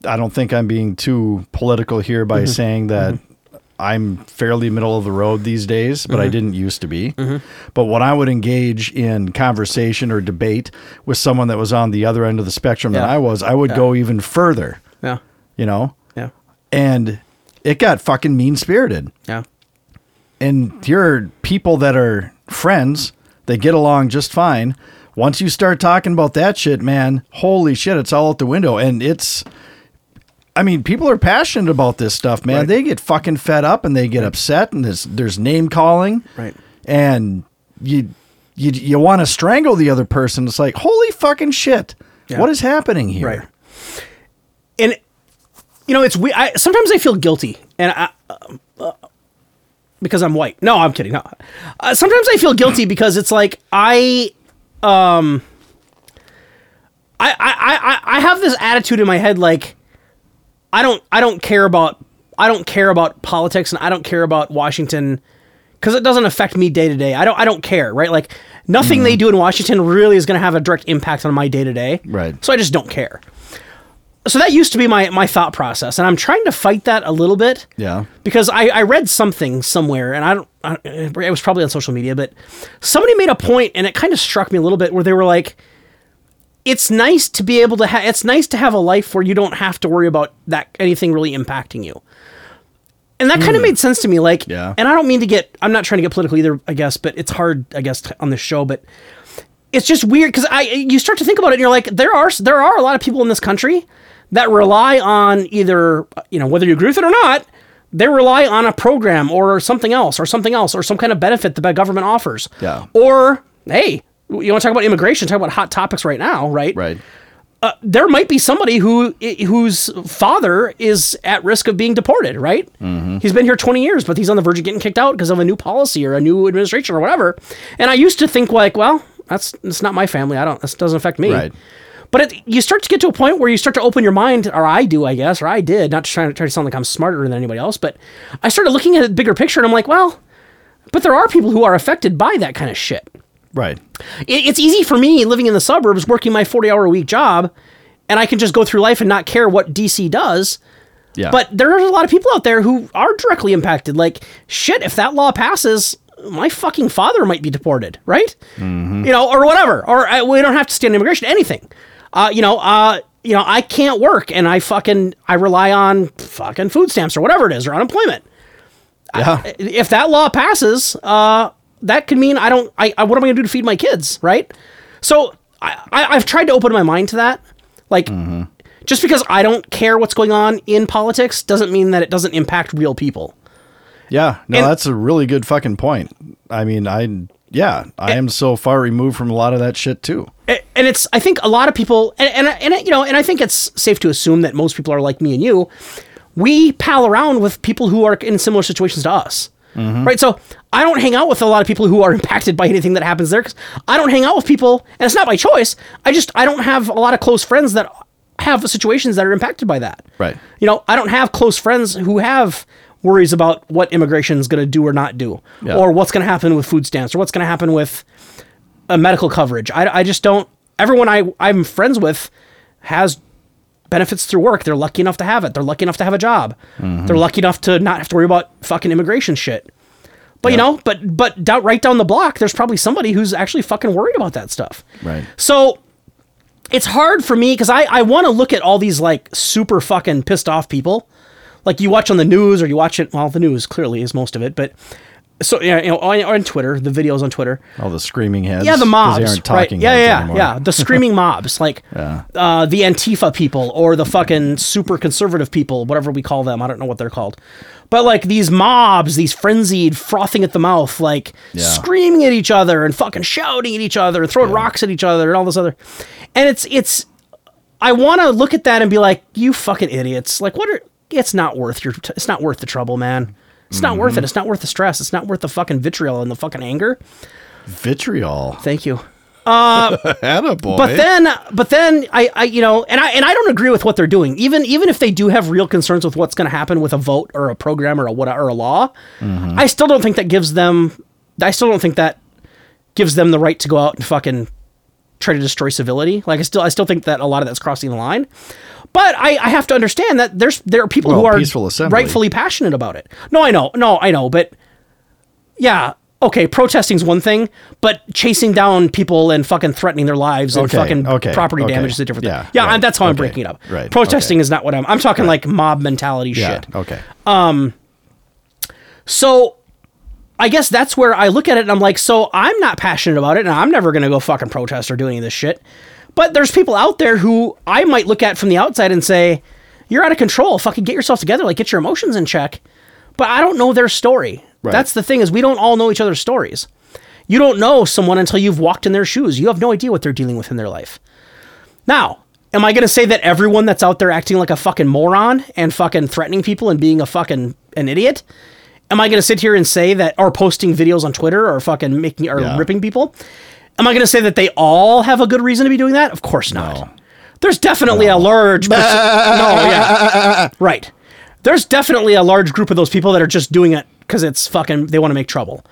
Speaker 3: I don't think I'm being too political here by
Speaker 2: Mm-hmm.
Speaker 3: saying that I'm fairly middle of the road these days, but I
Speaker 2: Mm-hmm.
Speaker 3: didn't used to be. But when I would engage in conversation or debate with someone that was on the other end of the spectrum than
Speaker 2: Yeah.
Speaker 3: I was, I would go even further.
Speaker 2: Yeah.
Speaker 3: You know,
Speaker 2: Yeah.
Speaker 3: and it got fucking mean spirited
Speaker 2: Yeah.
Speaker 3: and here are people that are friends they get along just fine once you start talking about that shit man holy shit it's all out the window and it's i mean people are passionate about this stuff man
Speaker 2: Right.
Speaker 3: they get fucking fed up and they get upset and there's, there's name calling
Speaker 2: Right.
Speaker 3: and you you, you want to strangle the other person it's like holy fucking shit
Speaker 2: Yeah.
Speaker 3: what is happening here
Speaker 2: Right. And you know, it's we. I sometimes I feel guilty, and I. Uh, because I'm white. No, I'm kidding. No. Uh, sometimes I feel guilty because it's like I, um, I, I, I, I have this attitude in my head like, I don't, I don't care about, I don't care about politics, and I don't care about Washington because it doesn't affect me day to day. I don't, I don't care, right? Like nothing
Speaker 3: Mm-hmm.
Speaker 2: they do in Washington really is going to have a direct impact on my day to day.
Speaker 3: Right.
Speaker 2: So I just don't care. So that used to be my my thought process, and I'm trying to fight that a little bit
Speaker 3: yeah
Speaker 2: because I, I read something somewhere and I don't, I it was probably on social media but somebody made a point and it kind of struck me a little bit where they were like it's nice to be able to have it's nice to have a life where you don't have to worry about that anything really impacting you and that kind of made sense to me like
Speaker 3: Hmm. Yeah.
Speaker 2: and I don't mean to get I'm not trying to get political either I guess but it's hard I guess t- on this show but it's just weird because I you start to think about it and you're like there are there are a lot of people in this country that rely on either you know whether you agree with it or not they rely on a program or something else or something else or some kind of benefit that the government offers
Speaker 3: Yeah.
Speaker 2: or hey you want to talk about immigration talk about hot topics right now right
Speaker 3: right
Speaker 2: uh, there might be somebody who i- whose father is at risk of being deported. Right? He's been here 20 years, but he's on the verge of getting kicked out because of a new policy or a new administration or whatever. And I used to think like, well, that's that's not my family. I don't. This doesn't affect me.
Speaker 3: Right.
Speaker 2: But it, you start to get to a point where you start to open your mind, or I do, I guess, or I did. Not trying to try to sound like I'm smarter than anybody else, but I started looking at the bigger picture, and I'm like, well, but there are people who are affected by that kind of shit.
Speaker 3: Right.
Speaker 2: It, it's easy for me living in the suburbs, working my 40 hour a week job, and I can just go through life and not care what DC does.
Speaker 3: Yeah.
Speaker 2: But there are a lot of people out there who are directly impacted. Like, shit, if that law passes, my fucking father might be deported, right? You know, or whatever. Or I, we don't have to stand immigration, anything. Uh, you know, uh, you know, I can't work and I fucking I rely on fucking food stamps or whatever it is or unemployment.
Speaker 3: yeah.
Speaker 2: If that law passes, uh, that could mean I don't. I, I what am I going to do to feed my kids, right? So I, I I've tried to open my mind to that, like. Just because I don't care what's going on in politics doesn't mean that it doesn't impact real people.
Speaker 3: Yeah, no,
Speaker 2: And-
Speaker 3: that's a really good fucking point. I mean, I yeah, I am so far removed from a lot of that shit too.
Speaker 2: A- and it's I think a lot of people and and, and you know and I think it's safe to assume that most people are like me and you. We pal around with people who are in similar situations to us. Right, so I don't hang out with a lot of people who are impacted by anything that happens there because I don't hang out with people, and it's not by choice. I just I don't have a lot of close friends that have situations that are impacted by that.
Speaker 3: Right.
Speaker 2: You know, I don't have close friends who have worries about what immigration is going to do or not do,
Speaker 3: Yeah.
Speaker 2: or what's going to happen with food stamps, or what's going to happen with uh, medical coverage. I, I just don't. Everyone I I'm friends with has benefits through work. They're lucky enough to have it. They're lucky enough to have a job.
Speaker 3: Mm-hmm.
Speaker 2: They're lucky enough to not have to worry about fucking immigration shit. But you
Speaker 3: Yeah.
Speaker 2: know, but but down, right down the block, there's probably somebody who's actually fucking worried about that stuff.
Speaker 3: Right.
Speaker 2: So it's hard for me because I, I want to look at all these like super fucking pissed off people. Like you watch on the news or you watch it, well, the news clearly is most of it, but so, yeah, you know, on, on Twitter, the videos on Twitter.
Speaker 3: All the screaming heads.
Speaker 2: Yeah, the
Speaker 3: 'cause
Speaker 2: mobs.
Speaker 3: They aren't
Speaker 2: right?
Speaker 3: talking
Speaker 2: Yeah,
Speaker 3: heads
Speaker 2: yeah,
Speaker 3: anymore.
Speaker 2: yeah. The screaming mobs, like uh, the Antifa people or the fucking super conservative people, whatever we call them. I don't know what they're called. But like these mobs, these frenzied, frothing at the mouth, like
Speaker 3: Yeah.
Speaker 2: screaming at each other and fucking shouting at each other, throwing rocks at each other, and all this other. And it's it's. I want to look at that and be like, you fucking idiots! Like, what are? It's not worth your. T- it's not worth the trouble, man. It's not
Speaker 3: Mm-hmm.
Speaker 2: worth it. It's not worth the stress. It's not worth the fucking vitriol and the fucking anger.
Speaker 3: Vitriol.
Speaker 2: Thank you.
Speaker 3: Attaboy.
Speaker 2: But then, but then I, I, you know, and I, and I don't agree with what they're doing. Even, even if they do have real concerns with what's going to happen with a vote or a program or a what or a law,
Speaker 3: Mm-hmm.
Speaker 2: I still don't think that gives them. I still don't think that gives them the right to go out and fucking try to destroy civility. Like I still, I still think that a lot of that's crossing the line. But I, I have to understand that there's there are people who
Speaker 3: Well,
Speaker 2: are
Speaker 3: peaceful assembly.
Speaker 2: rightfully passionate about it. No, I know, no, I know, but yeah. Okay, protesting's one thing, but chasing down people and fucking threatening their lives and
Speaker 3: Okay,
Speaker 2: fucking
Speaker 3: okay,
Speaker 2: property
Speaker 3: okay.
Speaker 2: damage is a different
Speaker 3: Yeah,
Speaker 2: thing. Yeah,
Speaker 3: right,
Speaker 2: and that's how I'm
Speaker 3: okay,
Speaker 2: breaking it up.
Speaker 3: right,
Speaker 2: Protesting
Speaker 3: okay.
Speaker 2: is not what I'm. I'm talking like mob mentality
Speaker 3: yeah.
Speaker 2: shit.
Speaker 3: Okay.
Speaker 2: So I guess that's where I look at it and I'm like, so I'm not passionate about it and I'm never going to go fucking protest or do any of this shit. But there's people out there who I might look at from the outside and say, you're out of control. Fucking get yourself together. Like, get your emotions in check. But I don't know their story.
Speaker 3: Right.
Speaker 2: That's the thing is we don't all know each other's stories. You don't know someone until you've walked in their shoes. You have no idea what they're dealing with in their life. Now, am I going to say that everyone that's out there acting like a fucking moron and fucking threatening people and being a fucking an idiot? Am I going to sit here and say that or posting videos on Twitter or fucking making or
Speaker 3: Yeah.
Speaker 2: ripping people? Am I going to say that they all have a good reason to be doing that? Of course not. There's definitely a large perce- No, yeah. Right. There's definitely a large group of those people that are just doing it cuz it's fucking they want to make trouble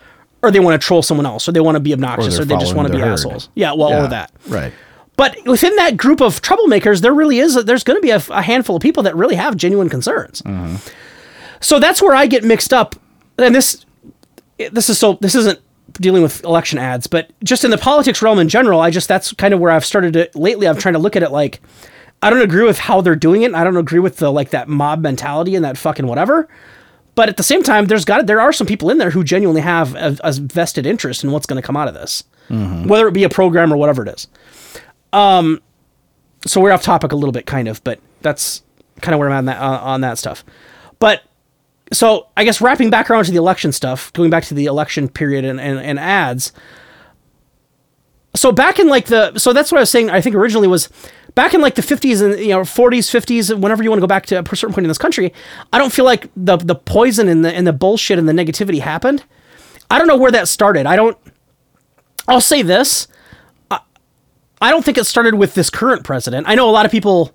Speaker 2: or they want to troll someone else or they want to be obnoxious or, they
Speaker 3: they're
Speaker 2: just
Speaker 3: following
Speaker 2: want to
Speaker 3: the
Speaker 2: be
Speaker 3: herd.
Speaker 2: assholes. Yeah, well, all
Speaker 3: Yeah,
Speaker 2: of that.
Speaker 3: Right.
Speaker 2: But within that group of troublemakers, there really is, there's going to be a, a handful of people that really have genuine concerns. So that's where I get mixed up. And this, this is so, this isn't dealing with election ads, but just in the politics realm in general, I just, that's kind of where I've started to, lately, I'm trying to look at it like, I don't agree with how they're doing it. and I don't agree with the, like that mob mentality and that fucking whatever. But at the same time, there's got, there are some people in there who genuinely have a, a vested interest in what's going to come out of this, whether it be a program or whatever it is so we're off topic a little bit, kind of, but that's kind of where I'm at on that, uh, on that stuff. But so I guess wrapping back around to the election stuff, going back to the election period and, and, and ads, so back in like the so that's what I was saying. I think originally was back in like the 50s and you know 40s, 50s, whenever you want to go back to a certain point in this country. I don't feel like the the poison and the and the bullshit and the negativity happened. I don't know where that started. I don't. I'll say this. I, I don't think it started with this current president. I know a lot of people.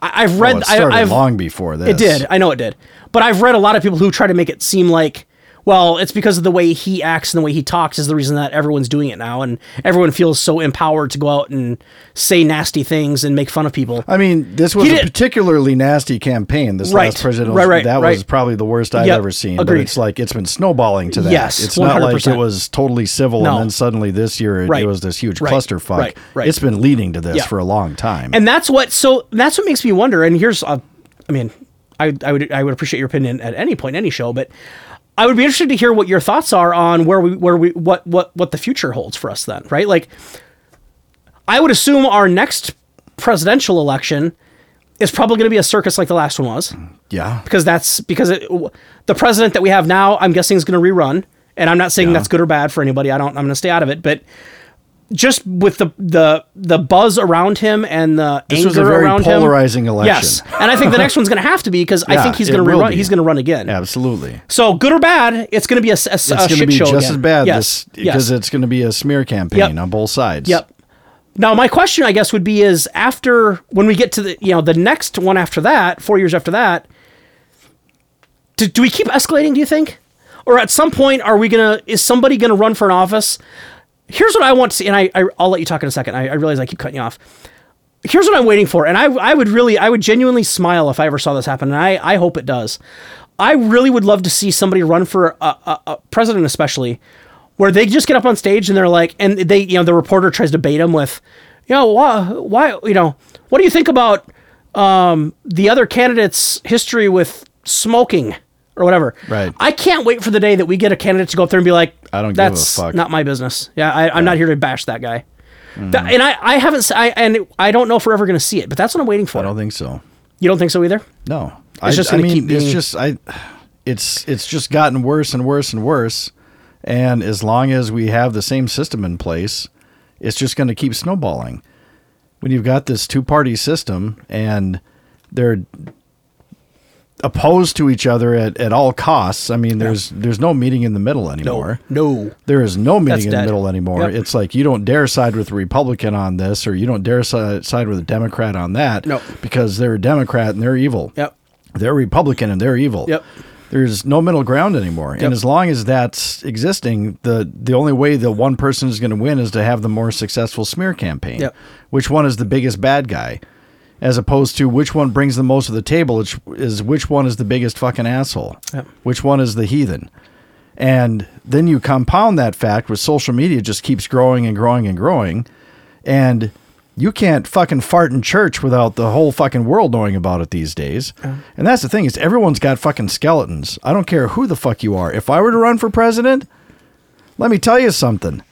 Speaker 2: I, I've read.
Speaker 3: Well, it started
Speaker 2: I, I've,
Speaker 3: long before this.
Speaker 2: it did. I know it did. But I've read a lot of people who try to make it seem like, well, it's because of the way he acts and the way he talks is the reason that everyone's doing it now, and everyone feels so empowered to go out and say nasty things and make fun of people.
Speaker 3: I mean, this was
Speaker 2: He
Speaker 3: a
Speaker 2: did-
Speaker 3: particularly nasty campaign. This
Speaker 2: Right.
Speaker 3: last presidential,
Speaker 2: Right, right,
Speaker 3: that was
Speaker 2: right.
Speaker 3: probably the worst I've
Speaker 2: Yep.
Speaker 3: ever seen. But
Speaker 2: Agreed.
Speaker 3: it's like it's been snowballing to that.
Speaker 2: Yes,
Speaker 3: it's not like it
Speaker 2: 100%.
Speaker 3: was totally civil,
Speaker 2: No.
Speaker 3: and then suddenly this year it,
Speaker 2: Right.
Speaker 3: it was this huge
Speaker 2: Right,
Speaker 3: clusterfuck.
Speaker 2: right, right.
Speaker 3: It's been leading to this
Speaker 2: Yeah.
Speaker 3: for a long time.
Speaker 2: and that's what so that's what makes me wonder and here's uh, i mean I, I would i would appreciate your opinion at any point any show but i would be interested to hear what your thoughts are on where we where we what what what the future holds for us then right like i would assume our next presidential election is probably going to be a circus like the last one was
Speaker 3: yeah,
Speaker 2: because that's because it, the president that we have now, I'm guessing is going to rerun. And I'm not saying
Speaker 3: Yeah.
Speaker 2: that's good or bad for anybody. I don't. I'm going to stay out of it. But just with the the the buzz around him and the
Speaker 3: This
Speaker 2: anger
Speaker 3: was a very
Speaker 2: around him-
Speaker 3: polarizing election.
Speaker 2: Yes, and I think the next one's going to have to be because I
Speaker 3: Yeah,
Speaker 2: think he's
Speaker 3: it
Speaker 2: going to
Speaker 3: will
Speaker 2: rerun.
Speaker 3: be.
Speaker 2: He's going to run again.
Speaker 3: absolutely.
Speaker 2: So good or bad, it's going to be a, s- a s-
Speaker 3: It's
Speaker 2: a
Speaker 3: going to
Speaker 2: shit
Speaker 3: be
Speaker 2: show
Speaker 3: just
Speaker 2: again.
Speaker 3: as bad
Speaker 2: Yes,
Speaker 3: this
Speaker 2: yes.
Speaker 3: because it's going to be a smear campaign
Speaker 2: Yep.
Speaker 3: on both sides.
Speaker 2: Yep. Now, my question, I guess, would be: is after when we get to the you know the next one after that, four years after that, do, do we keep escalating? Do you think, or at some point, are we gonna? Is somebody gonna run for an office? Here's what I want to see, and I, I I'll let you talk in a second. I, I realize I keep cutting you off. Here's what I'm waiting for, and I I would really I would genuinely smile if I ever saw this happen, and I I hope it does. I really would love to see somebody run for a, a, a president, especially where they just get up on stage and they're like, and they, you know, the reporter tries to bait them with, you know, why, why, you know, what do you think about um, the other candidate's history with smoking or whatever?
Speaker 3: Right.
Speaker 2: I can't wait for the day that we get a candidate to go up there and be like,
Speaker 3: I don't give a
Speaker 2: That's
Speaker 3: fuck."
Speaker 2: not my business. Yeah, I, I'm not here to bash that guy. That-
Speaker 3: Mm.
Speaker 2: and I, I haven't, s- I, and I don't know if we're ever going to see it, but that's what I'm waiting for.
Speaker 3: I don't think so.
Speaker 2: you don't think so either?
Speaker 3: No, it's
Speaker 2: just
Speaker 3: I
Speaker 2: gonna
Speaker 3: mean,
Speaker 2: keep
Speaker 3: It's
Speaker 2: being-
Speaker 3: just I. It's it's just gotten worse and worse and worse, and as long as we have the same system in place, it's just going to keep snowballing. When you've got this two party system and they're opposed to each other at, at all costs, I mean, there's there's no meeting in the middle anymore.
Speaker 2: No.
Speaker 3: There is no meeting
Speaker 2: That's
Speaker 3: in the
Speaker 2: dead.
Speaker 3: middle anymore.
Speaker 2: Yep.
Speaker 3: It's like you don't dare side with a Republican on this, or you don't dare si- side with a Democrat on that,
Speaker 2: Nope.
Speaker 3: because they're a Democrat and they're evil.
Speaker 2: Yep.
Speaker 3: They're Republican and they're evil.
Speaker 2: Yep.
Speaker 3: There's no middle ground anymore.
Speaker 2: Yep.
Speaker 3: And as long as that's existing, the the only way that one person is going to win is to have the more successful smear campaign.
Speaker 2: Yep.
Speaker 3: Which one is the biggest bad guy? As opposed to which one brings the most to the table, it's, is which one is the biggest fucking asshole?
Speaker 2: Yep.
Speaker 3: Which one is the heathen? And then you compound that fact with social media just keeps growing and growing and growing. And you can't fucking fart in church without the whole fucking world knowing about it these days. And that's the thing is everyone's got fucking skeletons. I don't care who the fuck you are. If I were to run for president, let me tell you something.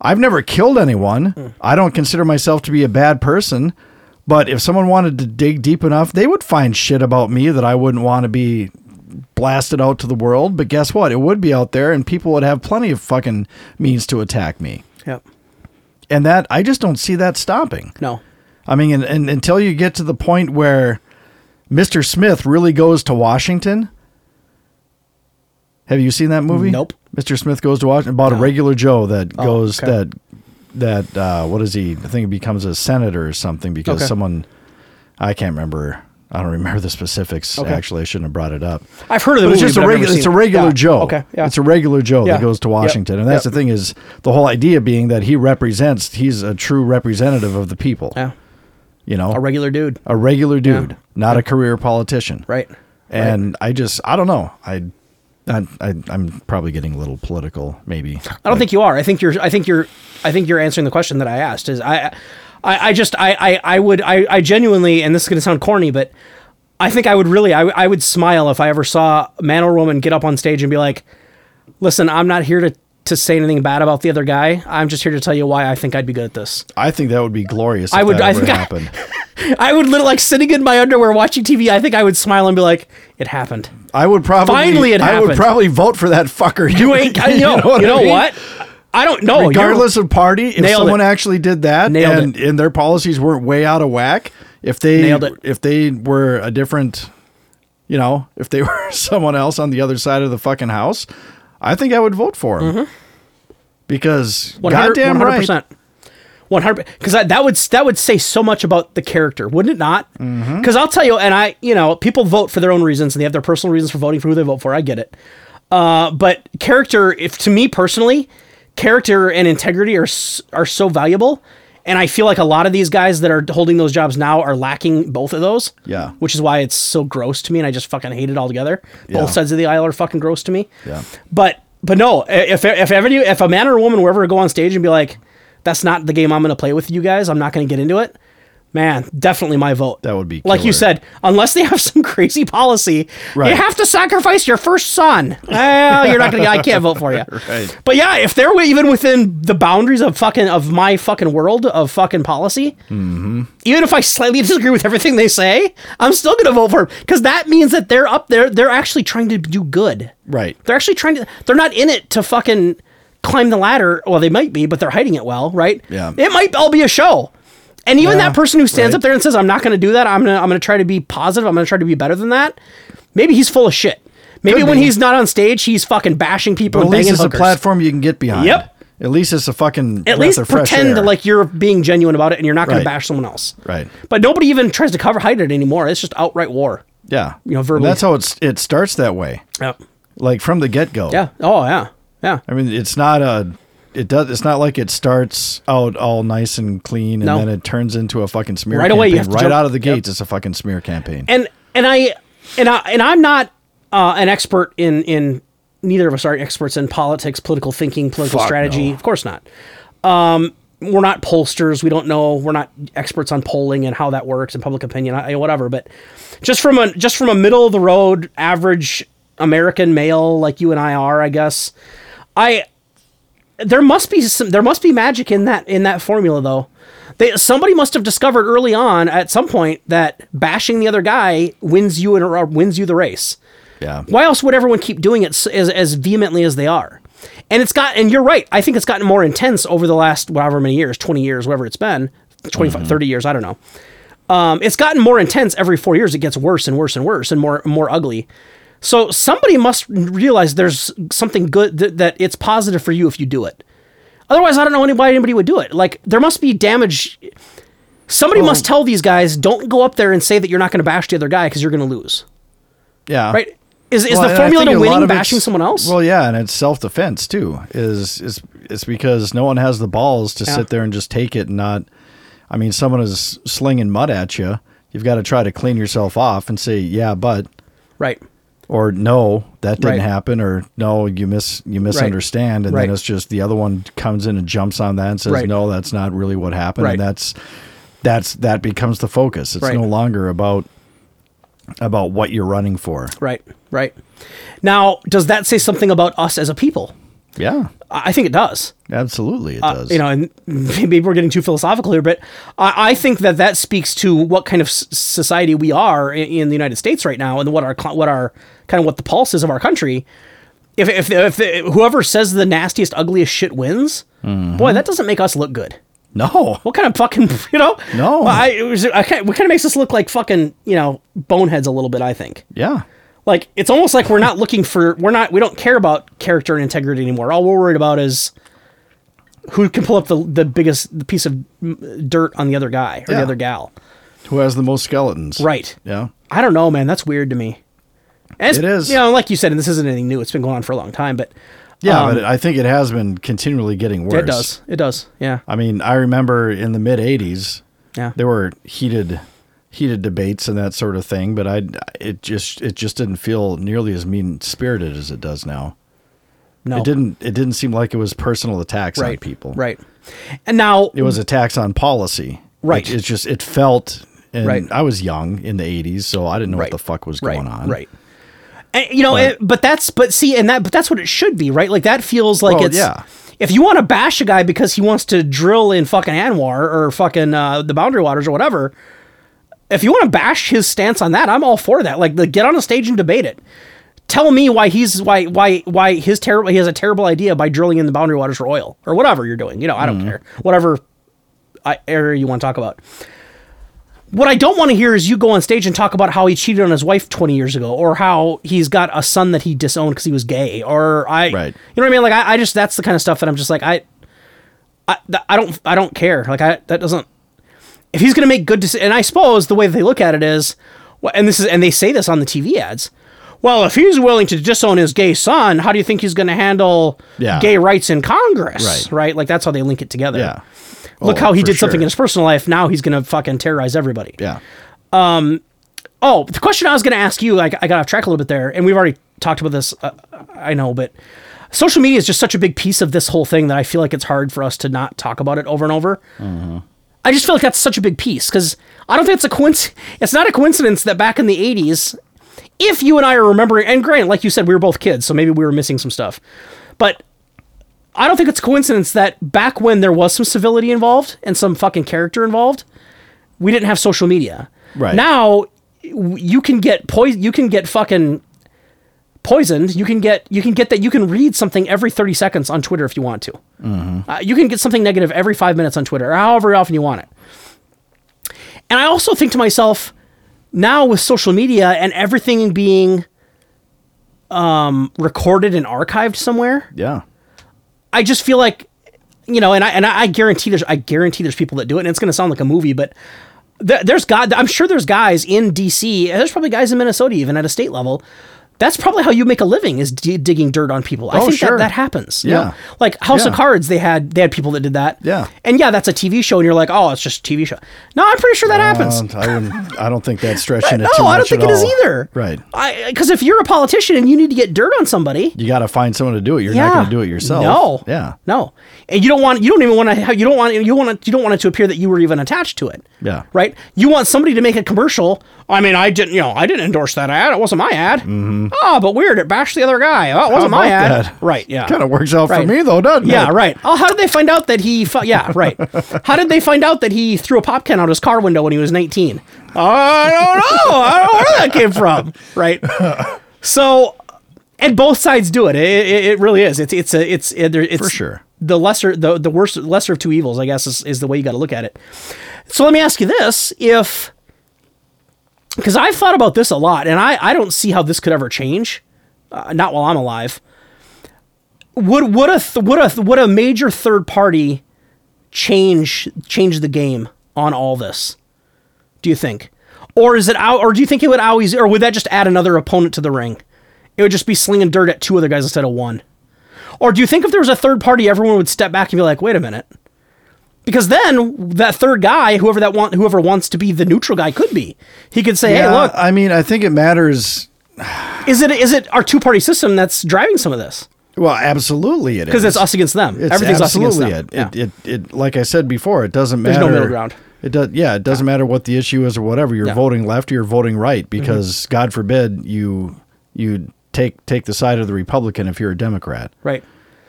Speaker 3: I've never killed anyone. I don't consider myself to be a bad person. But if someone wanted to dig deep enough, they would find shit about me that I wouldn't want to be blasted out to the world. But guess what? It would be out there and people would have plenty of fucking means to attack me.
Speaker 2: Yep.
Speaker 3: And that, I just don't see that stopping.
Speaker 2: No.
Speaker 3: I mean, and, and until you get to the point where Mr. Smith really goes to Washington. Have you seen that movie?
Speaker 2: Nope. Oh,
Speaker 3: Mr. Smith goes to Washington about a regular Joe that goes
Speaker 2: okay.
Speaker 3: that that uh, what is he? I think he becomes a senator or something because
Speaker 2: Okay.
Speaker 3: someone I can't remember. I don't remember the specifics.
Speaker 2: Okay.
Speaker 3: Actually, I shouldn't have brought it up.
Speaker 2: I've heard of the
Speaker 3: But it's
Speaker 2: movie,
Speaker 3: just a
Speaker 2: but I've never
Speaker 3: regular. It's a
Speaker 2: seen it.
Speaker 3: regular
Speaker 2: Yeah.
Speaker 3: Joe.
Speaker 2: Okay, yeah.
Speaker 3: It's a regular Joe
Speaker 2: Yeah.
Speaker 3: that goes to
Speaker 2: Yep.
Speaker 3: Washington, and that's
Speaker 2: Yep.
Speaker 3: the thing is the whole idea being that he represents. He's a true representative of the people.
Speaker 2: Yeah.
Speaker 3: You know,
Speaker 2: A regular dude.
Speaker 3: a regular dude, not a career politician.
Speaker 2: Right.
Speaker 3: And I just, I don't know. I, I, I I'm probably getting a little political, maybe.
Speaker 2: I don't think you are. I think you're. I think you're. I think you're answering the question that I asked. Is I, I, I just I, I I would I I genuinely and this is gonna sound corny, but I think I would really I I would smile if I ever saw a man or woman get up on stage and be like, "Listen, I'm not here to to say anything bad about the other guy. I'm just here to tell you why I think I'd be good at this."
Speaker 3: I think that would be glorious. If
Speaker 2: I would-
Speaker 3: That
Speaker 2: I
Speaker 3: ever
Speaker 2: think I-
Speaker 3: happened.
Speaker 2: I would literally like sitting in my underwear watching TV. I think I would smile and be like, "It happened."
Speaker 3: I would probably.
Speaker 2: Finally it
Speaker 3: I would
Speaker 2: happened.
Speaker 3: probably vote for that fucker.
Speaker 2: You ain't. I know. you know,
Speaker 3: I mean?
Speaker 2: what? I don't know. Oh, You're-
Speaker 3: regardless of party, if
Speaker 2: Nailed
Speaker 3: someone
Speaker 2: it.
Speaker 3: actually did that
Speaker 2: Nailed
Speaker 3: and, and their policies weren't way out of whack, if they
Speaker 2: Nailed it.
Speaker 3: if they were a different, you know, if they were someone else on the other side of the fucking house, I think I would vote for him.
Speaker 2: Mm-hmm.
Speaker 3: Because
Speaker 2: 100,
Speaker 3: goddamn right,
Speaker 2: 100%. 100 because that, that would that would say so much about the character wouldn't it not because
Speaker 3: Mm-hmm.
Speaker 2: i'll tell you and i you know people vote for their own reasons and they have their personal reasons for voting for who they vote for i get it uh, but character if to me personally character and integrity are s- are so valuable and i feel like a lot of these guys that are holding those jobs now are lacking both of those
Speaker 3: Yeah.
Speaker 2: which is why it's so gross to me and i just fucking hate it altogether
Speaker 3: Yeah.
Speaker 2: both sides of the aisle are fucking gross to me
Speaker 3: Yeah.
Speaker 2: but but no, if if ever you if a man or a woman were ever to go on stage and be like, "That's not the game I'm going to play with you guys. I'm not going to get into it." Man, definitely my vote.
Speaker 3: That would be
Speaker 2: like you
Speaker 3: killer.
Speaker 2: said, unless they have some crazy policy.
Speaker 3: Right.
Speaker 2: You have to sacrifice your first son. Well, you're not gonna. I can't vote for you.
Speaker 3: Right.
Speaker 2: But yeah, if they're wi- even within the boundaries of fucking of my fucking world of fucking policy,
Speaker 3: Mm-hmm.
Speaker 2: even if I slightly disagree with everything they say, I'm still gonna vote for them because that means that they're up there. They're actually trying to do good.
Speaker 3: right.
Speaker 2: They're actually trying to. They're not in it to fucking climb the ladder. Well, they might be, but they're hiding it well, right?
Speaker 3: Yeah.
Speaker 2: It might all be a show. And even
Speaker 3: Yeah,
Speaker 2: that person who stands
Speaker 3: right.
Speaker 2: up there and says, "I'm not going to do that. I'm gonna I'm gonna try to be positive. I'm gonna try to be better than that." Maybe he's full of shit. Maybe
Speaker 3: Could
Speaker 2: when
Speaker 3: be.
Speaker 2: he's not on stage, he's fucking bashing people
Speaker 3: But at
Speaker 2: and
Speaker 3: least
Speaker 2: banging
Speaker 3: it's a
Speaker 2: hookers.
Speaker 3: platform you can get behind.
Speaker 2: Yep.
Speaker 3: At least it's a fucking
Speaker 2: At
Speaker 3: breath
Speaker 2: least
Speaker 3: of fresh
Speaker 2: pretend
Speaker 3: air.
Speaker 2: like you're being genuine about it and you're not going
Speaker 3: Right.
Speaker 2: to bash someone else.
Speaker 3: Right.
Speaker 2: But nobody even tries to cover hide it anymore. It's just outright war.
Speaker 3: yeah,
Speaker 2: you know, verbally.
Speaker 3: That's how it's it starts that way,
Speaker 2: Yep.
Speaker 3: like from the get go.
Speaker 2: Yeah. Oh yeah. Yeah.
Speaker 3: I mean, it's not a. It does. It's not like it starts out all nice and clean, and
Speaker 2: No.
Speaker 3: then it turns into a fucking smear.
Speaker 2: Right
Speaker 3: campaign.
Speaker 2: away, you have to
Speaker 3: right
Speaker 2: jump-
Speaker 3: out of the
Speaker 2: Yep.
Speaker 3: gates, it's a fucking smear campaign.
Speaker 2: and and I and I and I'm not uh, an expert in in neither of us are experts in politics, political thinking, political
Speaker 3: Fuck
Speaker 2: strategy.
Speaker 3: no.
Speaker 2: Of course not. Um, we're not pollsters. We don't know. We're not experts on polling and how that works and public opinion, I, whatever. But just from a just from a middle of the road average American male like you and I are, I guess. I there must be some there must be magic in that in that formula though. They, somebody must have discovered early on at some point that bashing the other guy wins you in a, wins you the race.
Speaker 3: yeah,
Speaker 2: Why else would everyone keep doing it s- as, as vehemently as they are? And it's got and you're right. I think it's gotten more intense over the last however many years, 20 years, whatever it's been, 25 30 years, I don't know. Um, it's gotten more intense every 4 years. It gets worse and worse and worse and more more ugly. So somebody must realize there's something good th- that it's positive for you if you do it. Otherwise, I don't know anybody anybody would do it. Like there must be damage. Somebody must tell these guys don't go up there and say that you're not going to bash the other guy because you're going to lose.
Speaker 3: yeah.
Speaker 2: Right? Is is
Speaker 3: Well,
Speaker 2: the
Speaker 3: and I
Speaker 2: formula
Speaker 3: think
Speaker 2: to
Speaker 3: a lot
Speaker 2: winning
Speaker 3: of it's-
Speaker 2: bashing someone else?
Speaker 3: Well, yeah, and it's self defense too. Is is it's because no one has the balls to
Speaker 2: Yeah.
Speaker 3: sit there and just take it and not. I mean, someone is slinging mud at you. You've got to try to clean yourself off and say, "Yeah, but,"
Speaker 2: right.
Speaker 3: or "No, that didn't
Speaker 2: Right.
Speaker 3: happen," or "No, you miss you misunderstand," and
Speaker 2: Right.
Speaker 3: then it's just the other one comes in and jumps on that and says,
Speaker 2: Right.
Speaker 3: "No, that's not really what happened,"
Speaker 2: Right.
Speaker 3: and that's that's that becomes the focus. It's
Speaker 2: Right.
Speaker 3: no longer about about what you're running for.
Speaker 2: Right. Right. Now, does that say something about us as a people?
Speaker 3: Yeah,
Speaker 2: I I think it does.
Speaker 3: absolutely, it does.
Speaker 2: Uh, You know, and maybe we're getting too philosophical here, but I, I think that that speaks to what kind of s- society we are in, in the United States right now, and what our cl- what our kind of what the pulse is of our country. If if, if whoever says the nastiest, ugliest shit wins,
Speaker 3: Mm-hmm.
Speaker 2: boy, that doesn't make us look good.
Speaker 3: no.
Speaker 2: What kind of fucking you know?
Speaker 3: No.
Speaker 2: I, it was, I kind of, what kind of makes us look like fucking you know boneheads a little bit. I think.
Speaker 3: Yeah.
Speaker 2: like it's almost like we're not looking for we're not we don't care about character and integrity anymore all we're worried about is who can pull up the the biggest piece of mm, dirt on the other guy or
Speaker 3: Yeah.
Speaker 2: the other gal
Speaker 3: Who has the most skeletons?
Speaker 2: right
Speaker 3: Yeah.
Speaker 2: i don't know man that's weird to me and it's,
Speaker 3: It is.
Speaker 2: you know like you said and this isn't anything new it's been going on for a long time but
Speaker 3: Yeah,
Speaker 2: Um,
Speaker 3: but I think it has been continually getting worse.
Speaker 2: it does it does yeah
Speaker 3: I mean, I remember in the mid '80s,
Speaker 2: yeah
Speaker 3: there were heated, heated debates and that sort of thing. But I, it just, it just didn't feel nearly as mean spirited as it does now.
Speaker 2: no
Speaker 3: It didn't, it didn't seem like it was personal attacks on
Speaker 2: right
Speaker 3: people.
Speaker 2: right and now
Speaker 3: It was attacks on policy.
Speaker 2: Right.
Speaker 3: It, it's just, it felt. And
Speaker 2: Right.
Speaker 3: I was young in the '80s, so I didn't know what the fuck was
Speaker 2: right,
Speaker 3: going on.
Speaker 2: right And, you know,
Speaker 3: But-
Speaker 2: it, but that's but see, and that but that's what it should be, right? Like that feels like
Speaker 3: Well,
Speaker 2: it's
Speaker 3: yeah.
Speaker 2: if you want to bash a guy because he wants to drill in fucking Anwar or fucking uh, the Boundary Waters or whatever. If you want to bash his stance on that, I'm all for that. Like, the, get on a stage and debate it. tell me why he's why why why his terrible he has a terrible idea by drilling in the boundary waters for oil or whatever you're doing. You know, I don't care. Whatever I, area you want to talk about. What I don't want to hear is you go on stage and talk about how he cheated on his wife 20 years ago or how he's got a son that he disowned because he was gay or I
Speaker 3: Right.
Speaker 2: you know what I mean like I, I just that's the kind of stuff that I'm just like I I, th- I don't I don't care like I that doesn't if he's going to make good decisions, and I suppose the way that they look at it is, well, and this is, and they say this on the TV ads. Well, if he's willing to disown his gay son, how do you think he's going to handle
Speaker 3: Yeah.
Speaker 2: gay rights in Congress?
Speaker 3: Right.
Speaker 2: Like that's how they link it together.
Speaker 3: Yeah.
Speaker 2: Look
Speaker 3: Oh,
Speaker 2: how he
Speaker 3: for
Speaker 2: did something
Speaker 3: sure.
Speaker 2: in his personal life. Now he's going to fucking terrorize everybody.
Speaker 3: Yeah.
Speaker 2: Oh, the question I was going to ask you, like I got off track a little bit there, and we've already talked about this. Uh, I know, but social media is just such a big piece of this whole thing that I feel like it's hard for us to not talk about it over and over. I just feel like that's such a big piece because I don't think it's a coinc- It's not a coincidence that back in the '80s, if you and I are remembering, and granted, like you said, we were both kids, so maybe we were missing some stuff, but I don't think it's a coincidence that back when there was some civility involved and some fucking character involved, we didn't have social media.
Speaker 3: Right.
Speaker 2: now, w- you can get poison. You can get fucking poisoned. You can get you can get that. You can read something every thirty seconds on Twitter if you want to. Uh, you can get something negative every five minutes on Twitter, or however often you want it. And I also think to myself, now with social media and everything being um, recorded and archived somewhere,
Speaker 3: Yeah.
Speaker 2: I just feel like, you know, and I and I I guarantee there's I guarantee there's people that do it, and it's going to sound like a movie, but th- there's God. I'm sure there's guys in D.C. and there's probably guys in Minnesota even at a state level. That's probably how you make a living is d- digging dirt on people. I
Speaker 3: Oh,
Speaker 2: think that,
Speaker 3: sure.
Speaker 2: that happens. you
Speaker 3: Yeah.
Speaker 2: know? like House of
Speaker 3: Yeah.
Speaker 2: Cards, they had they had people that did that.
Speaker 3: Yeah.
Speaker 2: and yeah, that's a TV show, and you're like, oh, it's just a TV show. No, I'm pretty sure that happens.
Speaker 3: Um, I, wouldn't, I don't think that's stretching it too
Speaker 2: No, I don't
Speaker 3: much at
Speaker 2: think it is
Speaker 3: all.
Speaker 2: either.
Speaker 3: Right.
Speaker 2: Because if you're a politician and you need to get dirt on somebody,
Speaker 3: You got to find someone to do it. You're not going to do it yourself.
Speaker 2: No.
Speaker 3: Yeah.
Speaker 2: No. And you don't want. You don't even want to. You don't want. You want. it- You don't want it to appear that you were even attached to it.
Speaker 3: Yeah.
Speaker 2: Right. You want somebody to make a commercial. I mean, I didn't. You know, I didn't endorse that ad. It wasn't my ad. Mm-hmm. Oh, but weird. It bashed the other guy. Oh, it wasn't my
Speaker 3: about
Speaker 2: ad.
Speaker 3: that?
Speaker 2: Right. Yeah.
Speaker 3: Kind of works out
Speaker 2: Right.
Speaker 3: for me though, doesn't it?
Speaker 2: Yeah, right. Oh, how did they find out that he? Fu- yeah, right. how did they find out that he threw a pop can out his car window when he was nineteen? I don't know. I don't know where that came from. Right. So, and both sides do it. It, it, it really is. It's it's a it's it, there- it's
Speaker 3: For sure.
Speaker 2: the lesser the the worst lesser of two evils. I guess is, is the way you got to look at it. So let me ask you this: if because I've thought about this a lot, and I, I don't see how this could ever change, uh, not while I'm alive. Would would a th- would a th- would a major third party change change the game on all this? Do you think, or is it out? Or do you think it would always, or would that just add another opponent to the ring? It would just be slinging dirt at two other guys instead of one. Or do you think if there was a third party, everyone would step back and be like, "Wait a minute," because then that third guy, whoever that want, whoever wants to be the neutral guy, could be. He could say,
Speaker 3: Yeah,
Speaker 2: "Hey, look,
Speaker 3: I mean, I think it matters.
Speaker 2: is it is it our two party system that's driving some of this?
Speaker 3: Well, absolutely it is.
Speaker 2: Because it's us against them.
Speaker 3: It's
Speaker 2: Everything's us against
Speaker 3: absolutely
Speaker 2: them.
Speaker 3: it. It, it. It like I said before, it doesn't matter.
Speaker 2: no middle ground.
Speaker 3: It does. Yeah, it doesn't matter what the issue is or whatever. You're
Speaker 2: Yeah. Mm-hmm.
Speaker 3: voting left or you're voting right because God forbid you you take take the side of the Republican if you're a Democrat.
Speaker 2: right.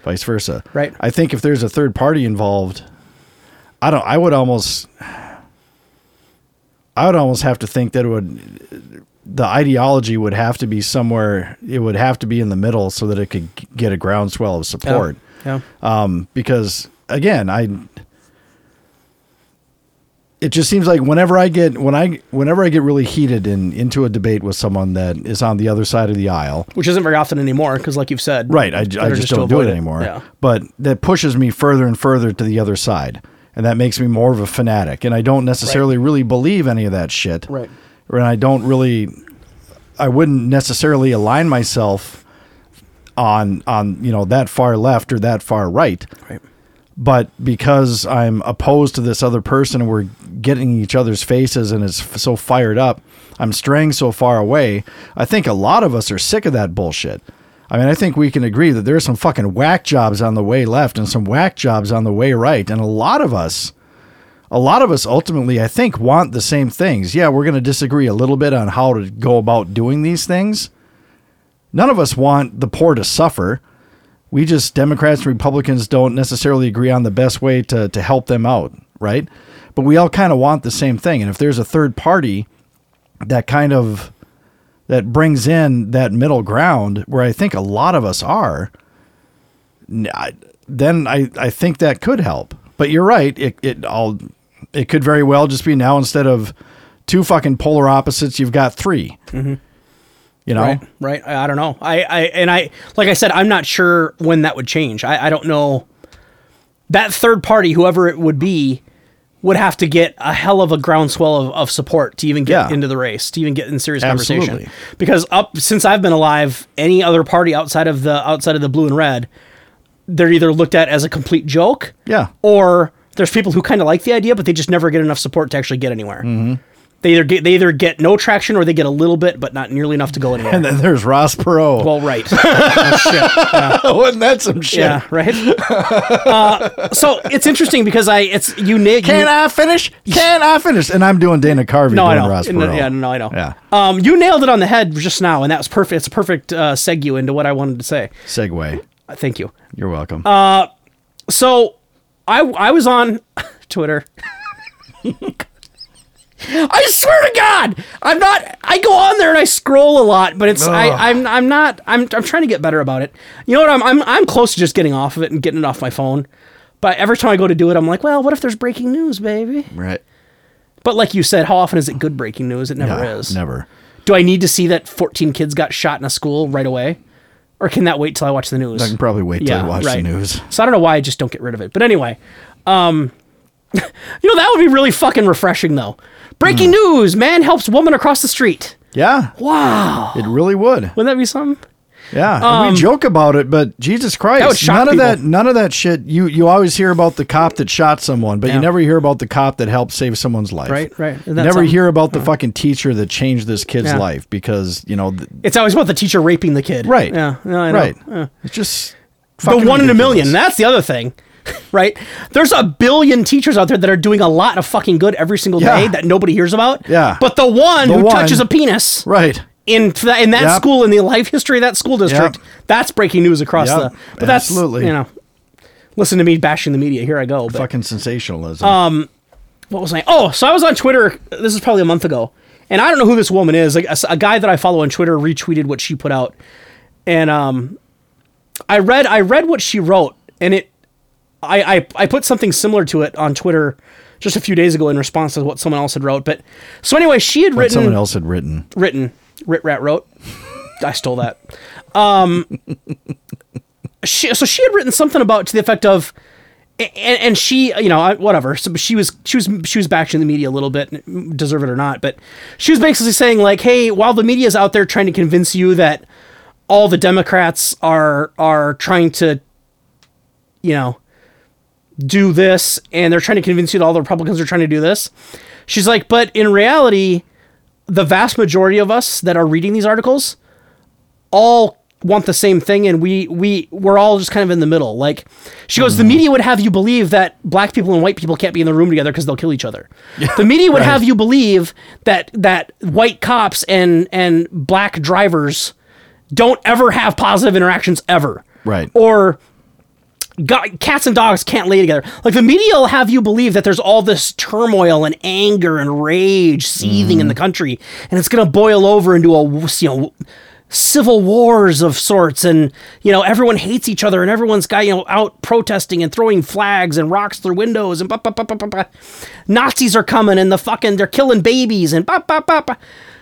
Speaker 3: Vice versa.
Speaker 2: Right.
Speaker 3: I think if there's a third party involved, I don't. I would almost. I would almost have to think that it would. The ideology would have to be somewhere. It would have to be in the middle so that it could g- get a groundswell of
Speaker 2: Yeah.
Speaker 3: support
Speaker 2: Yeah.
Speaker 3: um, because again, I it just seems like whenever I get when I whenever I get really heated and into a debate with someone that is on the other side of the aisle,
Speaker 2: Which isn't very often anymore, because like you've said,
Speaker 3: right? I, I
Speaker 2: better
Speaker 3: just
Speaker 2: to
Speaker 3: don't do
Speaker 2: avoid
Speaker 3: it anymore.
Speaker 2: Yeah.
Speaker 3: But that pushes me further and further to the other side, and that makes me more of a fanatic. And I don't necessarily really believe any of that shit,
Speaker 2: Right.
Speaker 3: And I don't really, I wouldn't necessarily align myself on on you know that far left or that far right
Speaker 2: Right.
Speaker 3: but because I'm opposed to this other person and we're getting each other's faces and it's f- so fired up, I'm straying so far away. I think a lot of us are sick of that bullshit. I mean, I think we can agree that there are some fucking whack jobs on the way left and some whack jobs on the way right. And a lot of us, a lot of us ultimately, I think, want the same things. Yeah, we're going to disagree a little bit on how to go about doing these things. None of us want the poor to suffer we just Democrats and Republicans don't necessarily agree on the best way to to help them out, right? But we all kind of want the same thing, and if there's a third party that kind of that brings in that middle ground where I think a lot of us are, n- I- then I, I think that could help. But you're right. It it all it could very well just be now instead of two fucking polar opposites, you've got 3 You know,
Speaker 2: Right, right. I, I don't know. I, I, and I, like I said, I'm not sure when that would change. I, I don't know. That third party, whoever it would be, would have to get a hell of a groundswell of, of support to even get
Speaker 3: Yeah.
Speaker 2: into the race, to even get in serious conversation.
Speaker 3: Absolutely.
Speaker 2: Because up since I've been alive, any other party outside of the outside of the blue and red, they're either looked at as a complete joke,
Speaker 3: Yeah.
Speaker 2: or there's people who kind of like the idea, but they just never get enough support to actually get anywhere. They either get they either get no traction or they get a little bit, but not nearly enough to go anywhere.
Speaker 3: And then there's Ross Perot.
Speaker 2: Well, right.
Speaker 3: oh, isn't that some shit?
Speaker 2: yeah, right. Uh, so it's interesting because I it's you Nick.
Speaker 3: Can I finish? Can I finish? And I'm doing Dana Carvey
Speaker 2: no, I
Speaker 3: doing
Speaker 2: know.
Speaker 3: Ross
Speaker 2: No,
Speaker 3: Perot.
Speaker 2: yeah, no, I know.
Speaker 3: Yeah.
Speaker 2: Um, you nailed it on the head just now, and that was perfect. It's a perfect uh, segue into what I wanted to say.
Speaker 3: Segue.
Speaker 2: Uh, Thank you.
Speaker 3: You're welcome.
Speaker 2: Uh, So I I was on Twitter. I swear to God, I'm not. I go on there and I scroll a lot, but it's I,
Speaker 3: Ugh.
Speaker 2: I'm I'm not. I'm I'm trying to get better about it. You know what? I'm I'm I'm close to just getting off of it and getting it off my phone. But every time I go to do it, I'm like, well, what if there's breaking news, baby?
Speaker 3: right.
Speaker 2: But like you said, how often is it good breaking news? It never
Speaker 3: Yeah,
Speaker 2: is.
Speaker 3: Ah, Never.
Speaker 2: Do I need to see that 14 kids got shot in a school right away, or can that wait till I watch the news?
Speaker 3: I can probably wait till I watch the news.
Speaker 2: So I don't know why I just don't get rid of it. But anyway, um, you know that would be really fucking refreshing though. Breaking
Speaker 3: Hmm.
Speaker 2: news: Man helps woman across the street.
Speaker 3: Yeah.
Speaker 2: Wow,
Speaker 3: It really would.
Speaker 2: wouldn't that be something?
Speaker 3: Yeah. and we joke about it, but Jesus Christ,
Speaker 2: would shock
Speaker 3: none
Speaker 2: people.
Speaker 3: of that none of that shit you you always hear about the cop that shot someone, but
Speaker 2: Yeah.
Speaker 3: you never hear about the cop that helped save someone's life.
Speaker 2: Right, right. Isn't
Speaker 3: You
Speaker 2: that
Speaker 3: never
Speaker 2: something?
Speaker 3: hear about the fucking teacher that changed this kid's
Speaker 2: Yeah.
Speaker 3: life because, you know, th-
Speaker 2: It's always about the teacher raping the kid.
Speaker 3: right.
Speaker 2: Yeah. no, I know.
Speaker 3: Right.
Speaker 2: Yeah.
Speaker 3: It's just
Speaker 2: The
Speaker 3: fucking
Speaker 2: one in a
Speaker 3: ridiculous.
Speaker 2: million. That's the other thing. Right, there's a billion teachers out there that are doing a lot of fucking good every single
Speaker 3: Yeah.
Speaker 2: day that nobody hears about.
Speaker 3: Yeah.
Speaker 2: but the one
Speaker 3: The
Speaker 2: who
Speaker 3: one-
Speaker 2: touches a penis
Speaker 3: Right.
Speaker 2: in th- in that
Speaker 3: Yep.
Speaker 2: school in the life history of that school district.
Speaker 3: Yep.
Speaker 2: That's breaking news across
Speaker 3: Yep,
Speaker 2: the. But that's
Speaker 3: absolutely.
Speaker 2: you know. Listen to me bashing the media. Here I go. But
Speaker 3: Fucking sensationalism.
Speaker 2: Uh, what was I? Oh, so I was on Twitter. This is probably a month ago, and I don't know who this woman is. Like a, s- a guy that I follow on Twitter retweeted what she put out, and um, I read I read what she wrote, and it, I I, I put something similar to it on Twitter. Just a few days ago, in response to what someone else had wrote, but so anyway, she had
Speaker 3: What
Speaker 2: written
Speaker 3: someone else had written.
Speaker 2: written writ rat wrote i stole that um she, so she had written something about to the effect of and, and she you know I- whatever so she was she was she was bashing the media a little bit deserve it or not but she was basically saying like hey while the media's out there trying to convince you that all the democrats are are trying to you know do this and they're trying to convince you that all the republicans are trying to do this she's like but in reality the vast majority of us that are reading these articles all want the same thing and we we we're all just kind of in the middle like she goes the media would have you believe that black people and white people can't be in the room together because they'll kill each other the media would have you believe that that white cops and and black drivers don't ever have positive interactions ever
Speaker 3: Right.
Speaker 2: or God, cats and dogs can't lay together. Like the media will have you believe that there's all this turmoil and anger and rage seething in the country, and it's going to boil over into a you know civil wars of sorts, and you know everyone hates each other, and everyone's got you know out protesting and throwing flags and rocks through windows, and bah, bah, bah, bah, bah, bah. Nazis are coming, and the fucking they're killing babies, and bah, bah, bah, bah.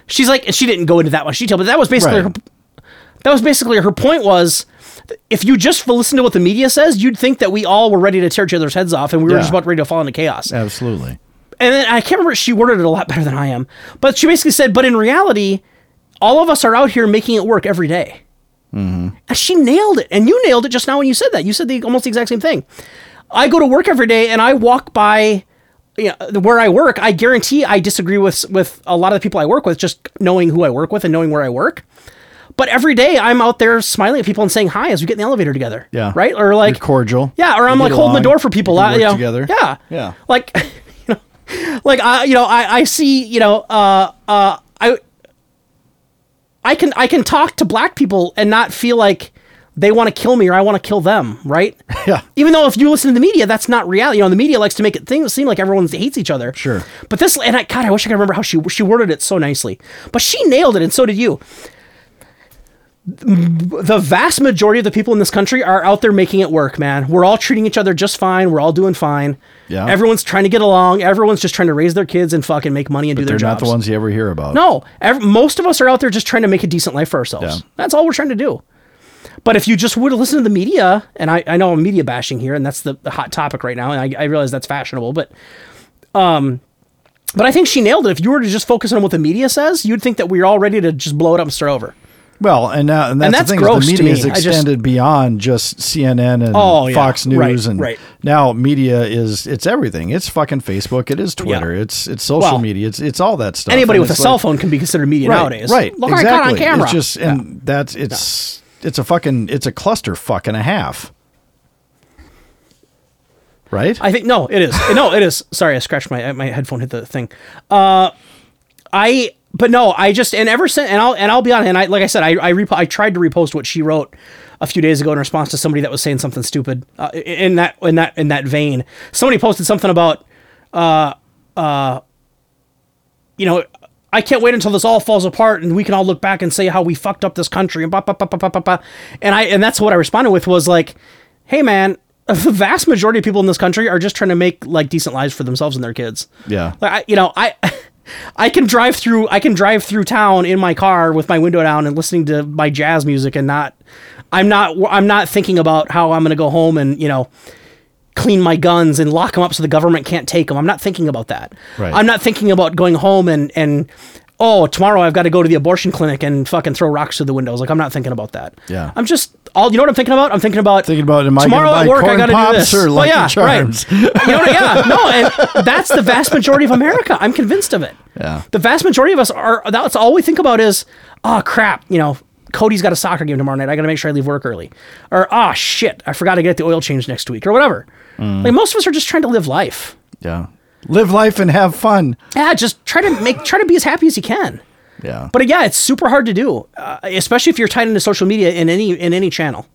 Speaker 2: she's like, and she didn't go into that much detail, but that was basically
Speaker 3: Right.
Speaker 2: her that was basically her point was if you just listen to what the media says you'd think that we all were ready to tear each other's heads off and we were
Speaker 3: Yeah.
Speaker 2: just about ready to fall into chaos
Speaker 3: Absolutely.
Speaker 2: and then i can't remember she worded it a lot better than i am but she basically said but in reality all of us are out here making it work every day." and she nailed it and you nailed it just now when you said that you said the almost the exact same thing i go to work every day and i walk by you know, where i work i guarantee i disagree with with a lot of the people i work with just knowing who i work with and knowing where i work but every day I'm out there smiling at people and saying hi as we get in the elevator together.
Speaker 3: Yeah.
Speaker 2: Right? Or like
Speaker 3: You're cordial.
Speaker 2: Yeah, or
Speaker 3: You
Speaker 2: I'm
Speaker 3: get
Speaker 2: like holding the
Speaker 3: along.
Speaker 2: door for people.
Speaker 3: You can
Speaker 2: I-
Speaker 3: work
Speaker 2: you know,
Speaker 3: together.
Speaker 2: Yeah.
Speaker 3: Yeah.
Speaker 2: Like you know like I you know, I, I see, you know, uh uh I I can I can talk to black people and not feel like they want to kill me or I want to kill them, right?
Speaker 3: Yeah.
Speaker 2: Even though if you listen to the media, that's not reality. You know, the media likes to make it thing, seem like everyone hates each other.
Speaker 3: Sure.
Speaker 2: But this, and I, God, I wish I could remember how she she worded it so nicely. But she nailed it, and so did you. The vast majority of the people in this country are out there making it work, man. We're all treating each other just fine. We're all doing fine.
Speaker 3: Yeah.
Speaker 2: Everyone's trying to get along. Everyone's just trying to raise their kids and fucking make money and do
Speaker 3: They're
Speaker 2: their
Speaker 3: not
Speaker 2: jobs.
Speaker 3: the ones you ever hear about.
Speaker 2: No, ev- most of us are out there just trying to make a decent life for ourselves.
Speaker 3: Yeah.
Speaker 2: That's all we're trying to do. But if you just would listen to the media, and I, I know I'm media bashing here, and that's the, the hot topic right now, and I, I realize that's fashionable, but um, but I think she nailed it. If you were to just focus on what the media says, you'd think that we're all ready to just blow it up and start over.
Speaker 3: Well, and now and that's,
Speaker 2: And that's
Speaker 3: the thing
Speaker 2: gross
Speaker 3: is
Speaker 2: to
Speaker 3: the media
Speaker 2: me.
Speaker 3: is
Speaker 2: I just-
Speaker 3: extended beyond just CNN and
Speaker 2: Oh, yeah.
Speaker 3: Fox News
Speaker 2: Right,
Speaker 3: and
Speaker 2: right.
Speaker 3: now media is it's everything. It's fucking Facebook. It is Twitter.
Speaker 2: Yeah.
Speaker 3: It's it's social
Speaker 2: Well,
Speaker 3: media. It's it's all that stuff.
Speaker 2: Anybody
Speaker 3: And
Speaker 2: with a
Speaker 3: it's
Speaker 2: cell
Speaker 3: like-
Speaker 2: phone can be considered media
Speaker 3: right,
Speaker 2: nowadays.
Speaker 3: Right.
Speaker 2: Look,
Speaker 3: exactly.
Speaker 2: I caught on camera.
Speaker 3: It's just and that's it's it's a fucking it's a cluster fuck and a half. Right.
Speaker 2: I think no, it is. No, it is. Sorry, I scratched my my headphone hit the thing. Uh, I but no, I just and ever since and I'll and I'll be honest. And I like I said, I I, repo- I tried to repost what she wrote a few days ago in response to somebody that was saying something stupid uh, in that in that in that vein. Somebody posted something about you know, I can't wait until this all falls apart and we can all look back and say how we fucked up this country and blah blah blah blah blah blah. blah. And I and that's what I responded with was like, hey man, the vast majority of people in this country are just trying to make like decent lives for themselves and their kids.
Speaker 3: Yeah.
Speaker 2: Like I, you know, I. I can drive through. I can drive through town in my car with my window down and listening to my jazz music, and not. I'm not. I'm not thinking about how I'm going to go home and you know, clean my guns and lock them up so the government can't take them. I'm not thinking about that.
Speaker 3: Right.
Speaker 2: I'm not thinking about going home and and oh tomorrow I've got to go to the abortion clinic and fucking throw rocks through the windows. Like I'm not thinking about that.
Speaker 3: Yeah.
Speaker 2: I'm just all. You know what I'm thinking about? I'm thinking about
Speaker 3: Thinking about, am I gonna
Speaker 2: tomorrow
Speaker 3: buy
Speaker 2: at work I
Speaker 3: corn
Speaker 2: got to do
Speaker 3: pops
Speaker 2: this.
Speaker 3: or
Speaker 2: Well,
Speaker 3: Lucky
Speaker 2: yeah,
Speaker 3: Charms?
Speaker 2: right. You know, yeah, no, and that's the vast majority of America. I'm convinced of it.
Speaker 3: Yeah.
Speaker 2: The vast majority of us are. That's all we think about is, oh crap, you know, Cody's got a soccer game tomorrow night. I got to make sure I leave work early, or ah shit, I forgot to get the oil change next week, or whatever.
Speaker 3: Mm.
Speaker 2: Like most of us are just trying to live life.
Speaker 3: yeah. Live life and have fun.
Speaker 2: Yeah, just try to make, try to be as happy as you can.
Speaker 3: Yeah.
Speaker 2: But yeah, it's super hard to do, uh, especially if you're tied into social media in any in any channel.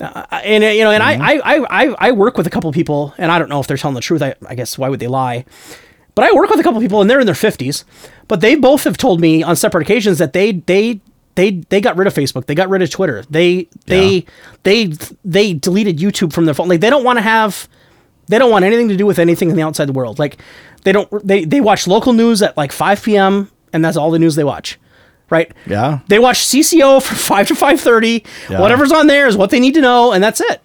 Speaker 2: Uh, and uh, you know, and I I, I I I work with a couple people, and I don't know if they're telling the truth. I, I guess why would they lie? But I work with a couple people, and they're in their fifties. But they both have told me on separate occasions that they they they they got rid of Facebook, they got rid of Twitter, they they
Speaker 3: Yeah.
Speaker 2: they they deleted YouTube from their phone. Like they don't want to have they don't want anything to do with anything in the outside world. Like they don't they they watch local news at like 5 p.m. and that's all the news they watch. Right?
Speaker 3: Yeah.
Speaker 2: They watch CCO from 5 to 5:30.
Speaker 3: Yeah.
Speaker 2: Whatever's on there is what they need to know and that's it.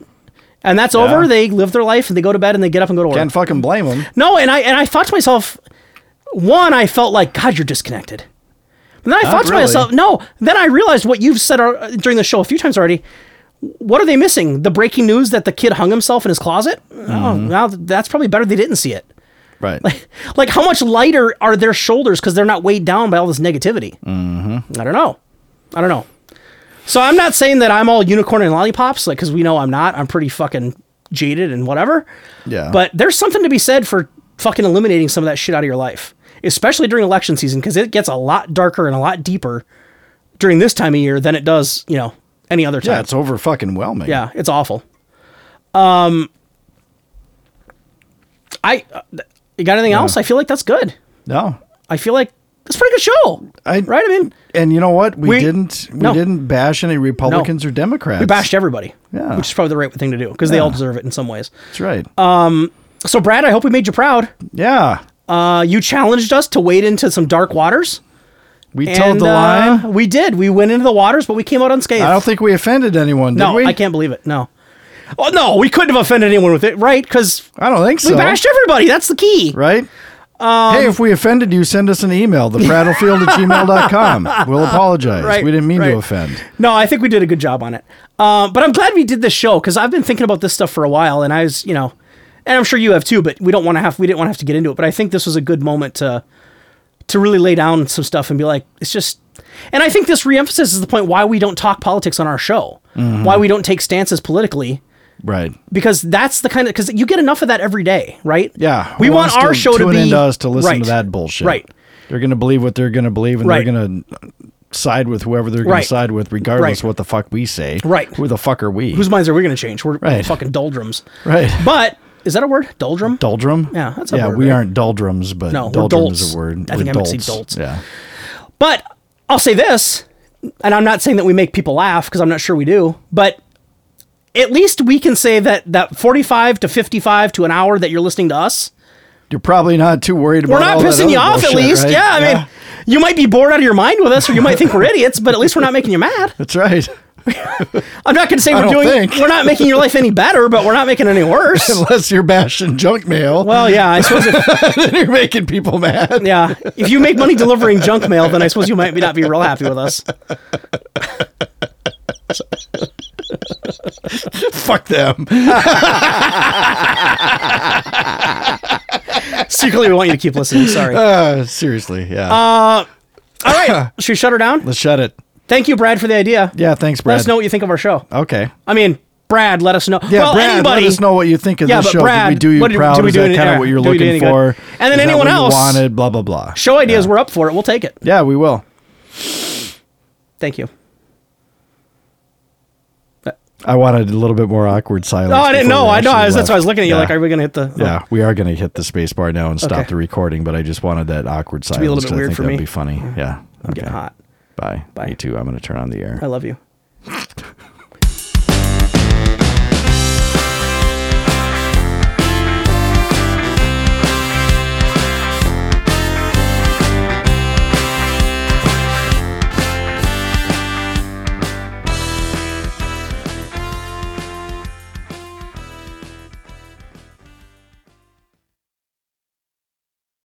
Speaker 2: And that's over.
Speaker 3: Yeah.
Speaker 2: They live their life and they go to bed and they get up and go to work.
Speaker 3: Can't fucking blame them.
Speaker 2: No, and I and I thought to myself, one, I felt like God, you're disconnected. And then I thought to
Speaker 3: really.
Speaker 2: myself, no. Then I realized what you've said uh, during the show a few times already. What are they missing? The breaking news that the kid hung himself in his closet. Oh, now that's probably better they didn't see it.
Speaker 3: Right.
Speaker 2: Like, how much lighter are their shoulders because they're not weighed down by all this negativity? Mm-hmm. I don't know. I don't know. So I'm not saying that I'm all unicorn and lollipops, like because we know I'm not. I'm pretty fucking jaded and whatever.
Speaker 3: Yeah.
Speaker 2: But there's something to be said for fucking eliminating some of that shit out of your life, especially during election season, because it gets a lot darker and a lot deeper during this time of year than it does, you know, any other time.
Speaker 3: yeah, it's over fucking whelming.
Speaker 2: Yeah, it's awful. Um, I uh, th- you got anything else? I feel like that's good.
Speaker 3: No.
Speaker 2: I feel like it's a pretty good show,
Speaker 3: I-
Speaker 2: right? I mean,
Speaker 3: And you know what? We,
Speaker 2: We-
Speaker 3: didn't we
Speaker 2: no.
Speaker 3: didn't bash any Republicans or Democrats.
Speaker 2: we bashed everybody,
Speaker 3: Yeah.
Speaker 2: which is probably the right thing to do because they all deserve it in some ways.
Speaker 3: That's right.
Speaker 2: Um, So, Brad, I hope we made you proud.
Speaker 3: yeah.
Speaker 2: Uh, you challenged us to wade into some dark waters.
Speaker 3: We told the
Speaker 2: uh,
Speaker 3: line.
Speaker 2: We did. We went into the waters, but we came out unscathed.
Speaker 3: I don't think we offended anyone, did
Speaker 2: no,
Speaker 3: we?
Speaker 2: I can't believe it. No. Oh no, we couldn't have offended anyone with it, right? Because
Speaker 3: I don't think so.
Speaker 2: we bashed Um, everybody. That's the key.
Speaker 3: Right? hey, if we offended you, send us an email, theprattlefield at gmail.com. We'll apologize.
Speaker 2: Right,
Speaker 3: we didn't mean
Speaker 2: right.
Speaker 3: to offend.
Speaker 2: No, I think we did a good job on it. Uh, but I'm glad we did this show because I've been thinking about this stuff for a while, and I was, you know, and I'm sure you have too. But we don't want to have we didn't want to have to get into it. But I think this was a good moment to to really lay down some stuff and be like, it's just. And I think this reemphasizes the point why we don't talk politics on our show,
Speaker 3: Mm-hmm.
Speaker 2: why we don't take stances politically,
Speaker 3: Right.
Speaker 2: because that's the kind of because you get enough of that every day, right?
Speaker 3: Yeah.
Speaker 2: we
Speaker 3: who
Speaker 2: want
Speaker 3: wants
Speaker 2: our show to
Speaker 3: tune
Speaker 2: be
Speaker 3: into us to listen
Speaker 2: right.
Speaker 3: to that bullshit.
Speaker 2: Right.
Speaker 3: They're going to believe what they're going to believe and
Speaker 2: Right.
Speaker 3: they're going to side with whoever they're going
Speaker 2: Right.
Speaker 3: to side with, regardless
Speaker 2: Right.
Speaker 3: what the fuck we say.
Speaker 2: Right.
Speaker 3: Who the fuck are we?
Speaker 2: Whose minds are we going to change? We're
Speaker 3: Right.
Speaker 2: fucking doldrums.
Speaker 3: right?
Speaker 2: But is that a word? Doldrum?
Speaker 3: Doldrum.
Speaker 2: Yeah, that's a
Speaker 3: yeah.
Speaker 2: word,
Speaker 3: we
Speaker 2: right?
Speaker 3: aren't doldrums, but
Speaker 2: No, we're
Speaker 3: doldrum is
Speaker 2: dolts.
Speaker 3: a word.
Speaker 2: I think
Speaker 3: We're
Speaker 2: I meant to say dolts.
Speaker 3: dolts. Yeah.
Speaker 2: But I'll say this, and I'm not saying that we make people laugh because I'm not sure we do, but at least we can say that that 45 to 55 to an hour that you're listening to us,
Speaker 3: You're probably not too worried about.
Speaker 2: we're not
Speaker 3: all that
Speaker 2: pissing you
Speaker 3: other
Speaker 2: off at
Speaker 3: bullshit,
Speaker 2: least.
Speaker 3: right?
Speaker 2: Yeah, I mean, you might be bored out of your mind with us, or you might think we're idiots, but at least we're not making you mad.
Speaker 3: that's right.
Speaker 2: I'm not going to say
Speaker 3: I
Speaker 2: we're
Speaker 3: don't
Speaker 2: doing,
Speaker 3: think.
Speaker 2: we're not making your life any better, but we're not making it any worse.
Speaker 3: Unless you're bashing junk mail,
Speaker 2: Well, yeah, I suppose. If,
Speaker 3: then you're making people mad.
Speaker 2: yeah, if you make money delivering junk mail, then I suppose you might be- not be real happy with us.
Speaker 3: Fuck them.
Speaker 2: Secretly, we want you to keep listening. Sorry. All
Speaker 3: Uh, seriously. Yeah.
Speaker 2: Uh, right, should we shut her down?
Speaker 3: Let's shut it.
Speaker 2: Thank you, Brad, for the idea.
Speaker 3: Yeah. Thanks, Brad.
Speaker 2: Let us know what you think of our show.
Speaker 3: Okay.
Speaker 2: I mean, Brad, let us know.
Speaker 3: Yeah,
Speaker 2: well,
Speaker 3: Brad,
Speaker 2: anybody,
Speaker 3: let us know what you think of
Speaker 2: Yeah,
Speaker 3: this
Speaker 2: but
Speaker 3: show.
Speaker 2: Brad,
Speaker 3: did we do you
Speaker 2: what did-
Speaker 3: proud?
Speaker 2: did we
Speaker 3: Is
Speaker 2: do
Speaker 3: that
Speaker 2: any-
Speaker 3: kind
Speaker 2: yeah,
Speaker 3: of what you're
Speaker 2: did we do
Speaker 3: looking
Speaker 2: any good?
Speaker 3: for?
Speaker 2: And then
Speaker 3: Is that
Speaker 2: anyone
Speaker 3: what you
Speaker 2: else-
Speaker 3: wanted? Blah blah blah.
Speaker 2: show ideas.
Speaker 3: Yeah.
Speaker 2: We're up for it. We'll take it.
Speaker 3: Yeah, we will.
Speaker 2: Thank you.
Speaker 3: I wanted a little bit more awkward silence.
Speaker 2: Oh, I didn't
Speaker 3: before
Speaker 2: know.
Speaker 3: we
Speaker 2: I know. I
Speaker 3: actually
Speaker 2: was, that's why I was
Speaker 3: left.
Speaker 2: looking at you
Speaker 3: Yeah.
Speaker 2: like, are we going to hit the. oh,
Speaker 3: Yeah, we are going to hit the space bar now and stop
Speaker 2: Okay.
Speaker 3: the recording, but I just wanted that awkward silence.
Speaker 2: be a little bit
Speaker 3: 'cause I
Speaker 2: weird
Speaker 3: think
Speaker 2: for
Speaker 3: that'd
Speaker 2: me.
Speaker 3: be funny. Yeah.
Speaker 2: I'm getting hot.
Speaker 3: Bye.
Speaker 2: Bye.
Speaker 3: Me too. I'm going to turn on the air.
Speaker 2: I love you.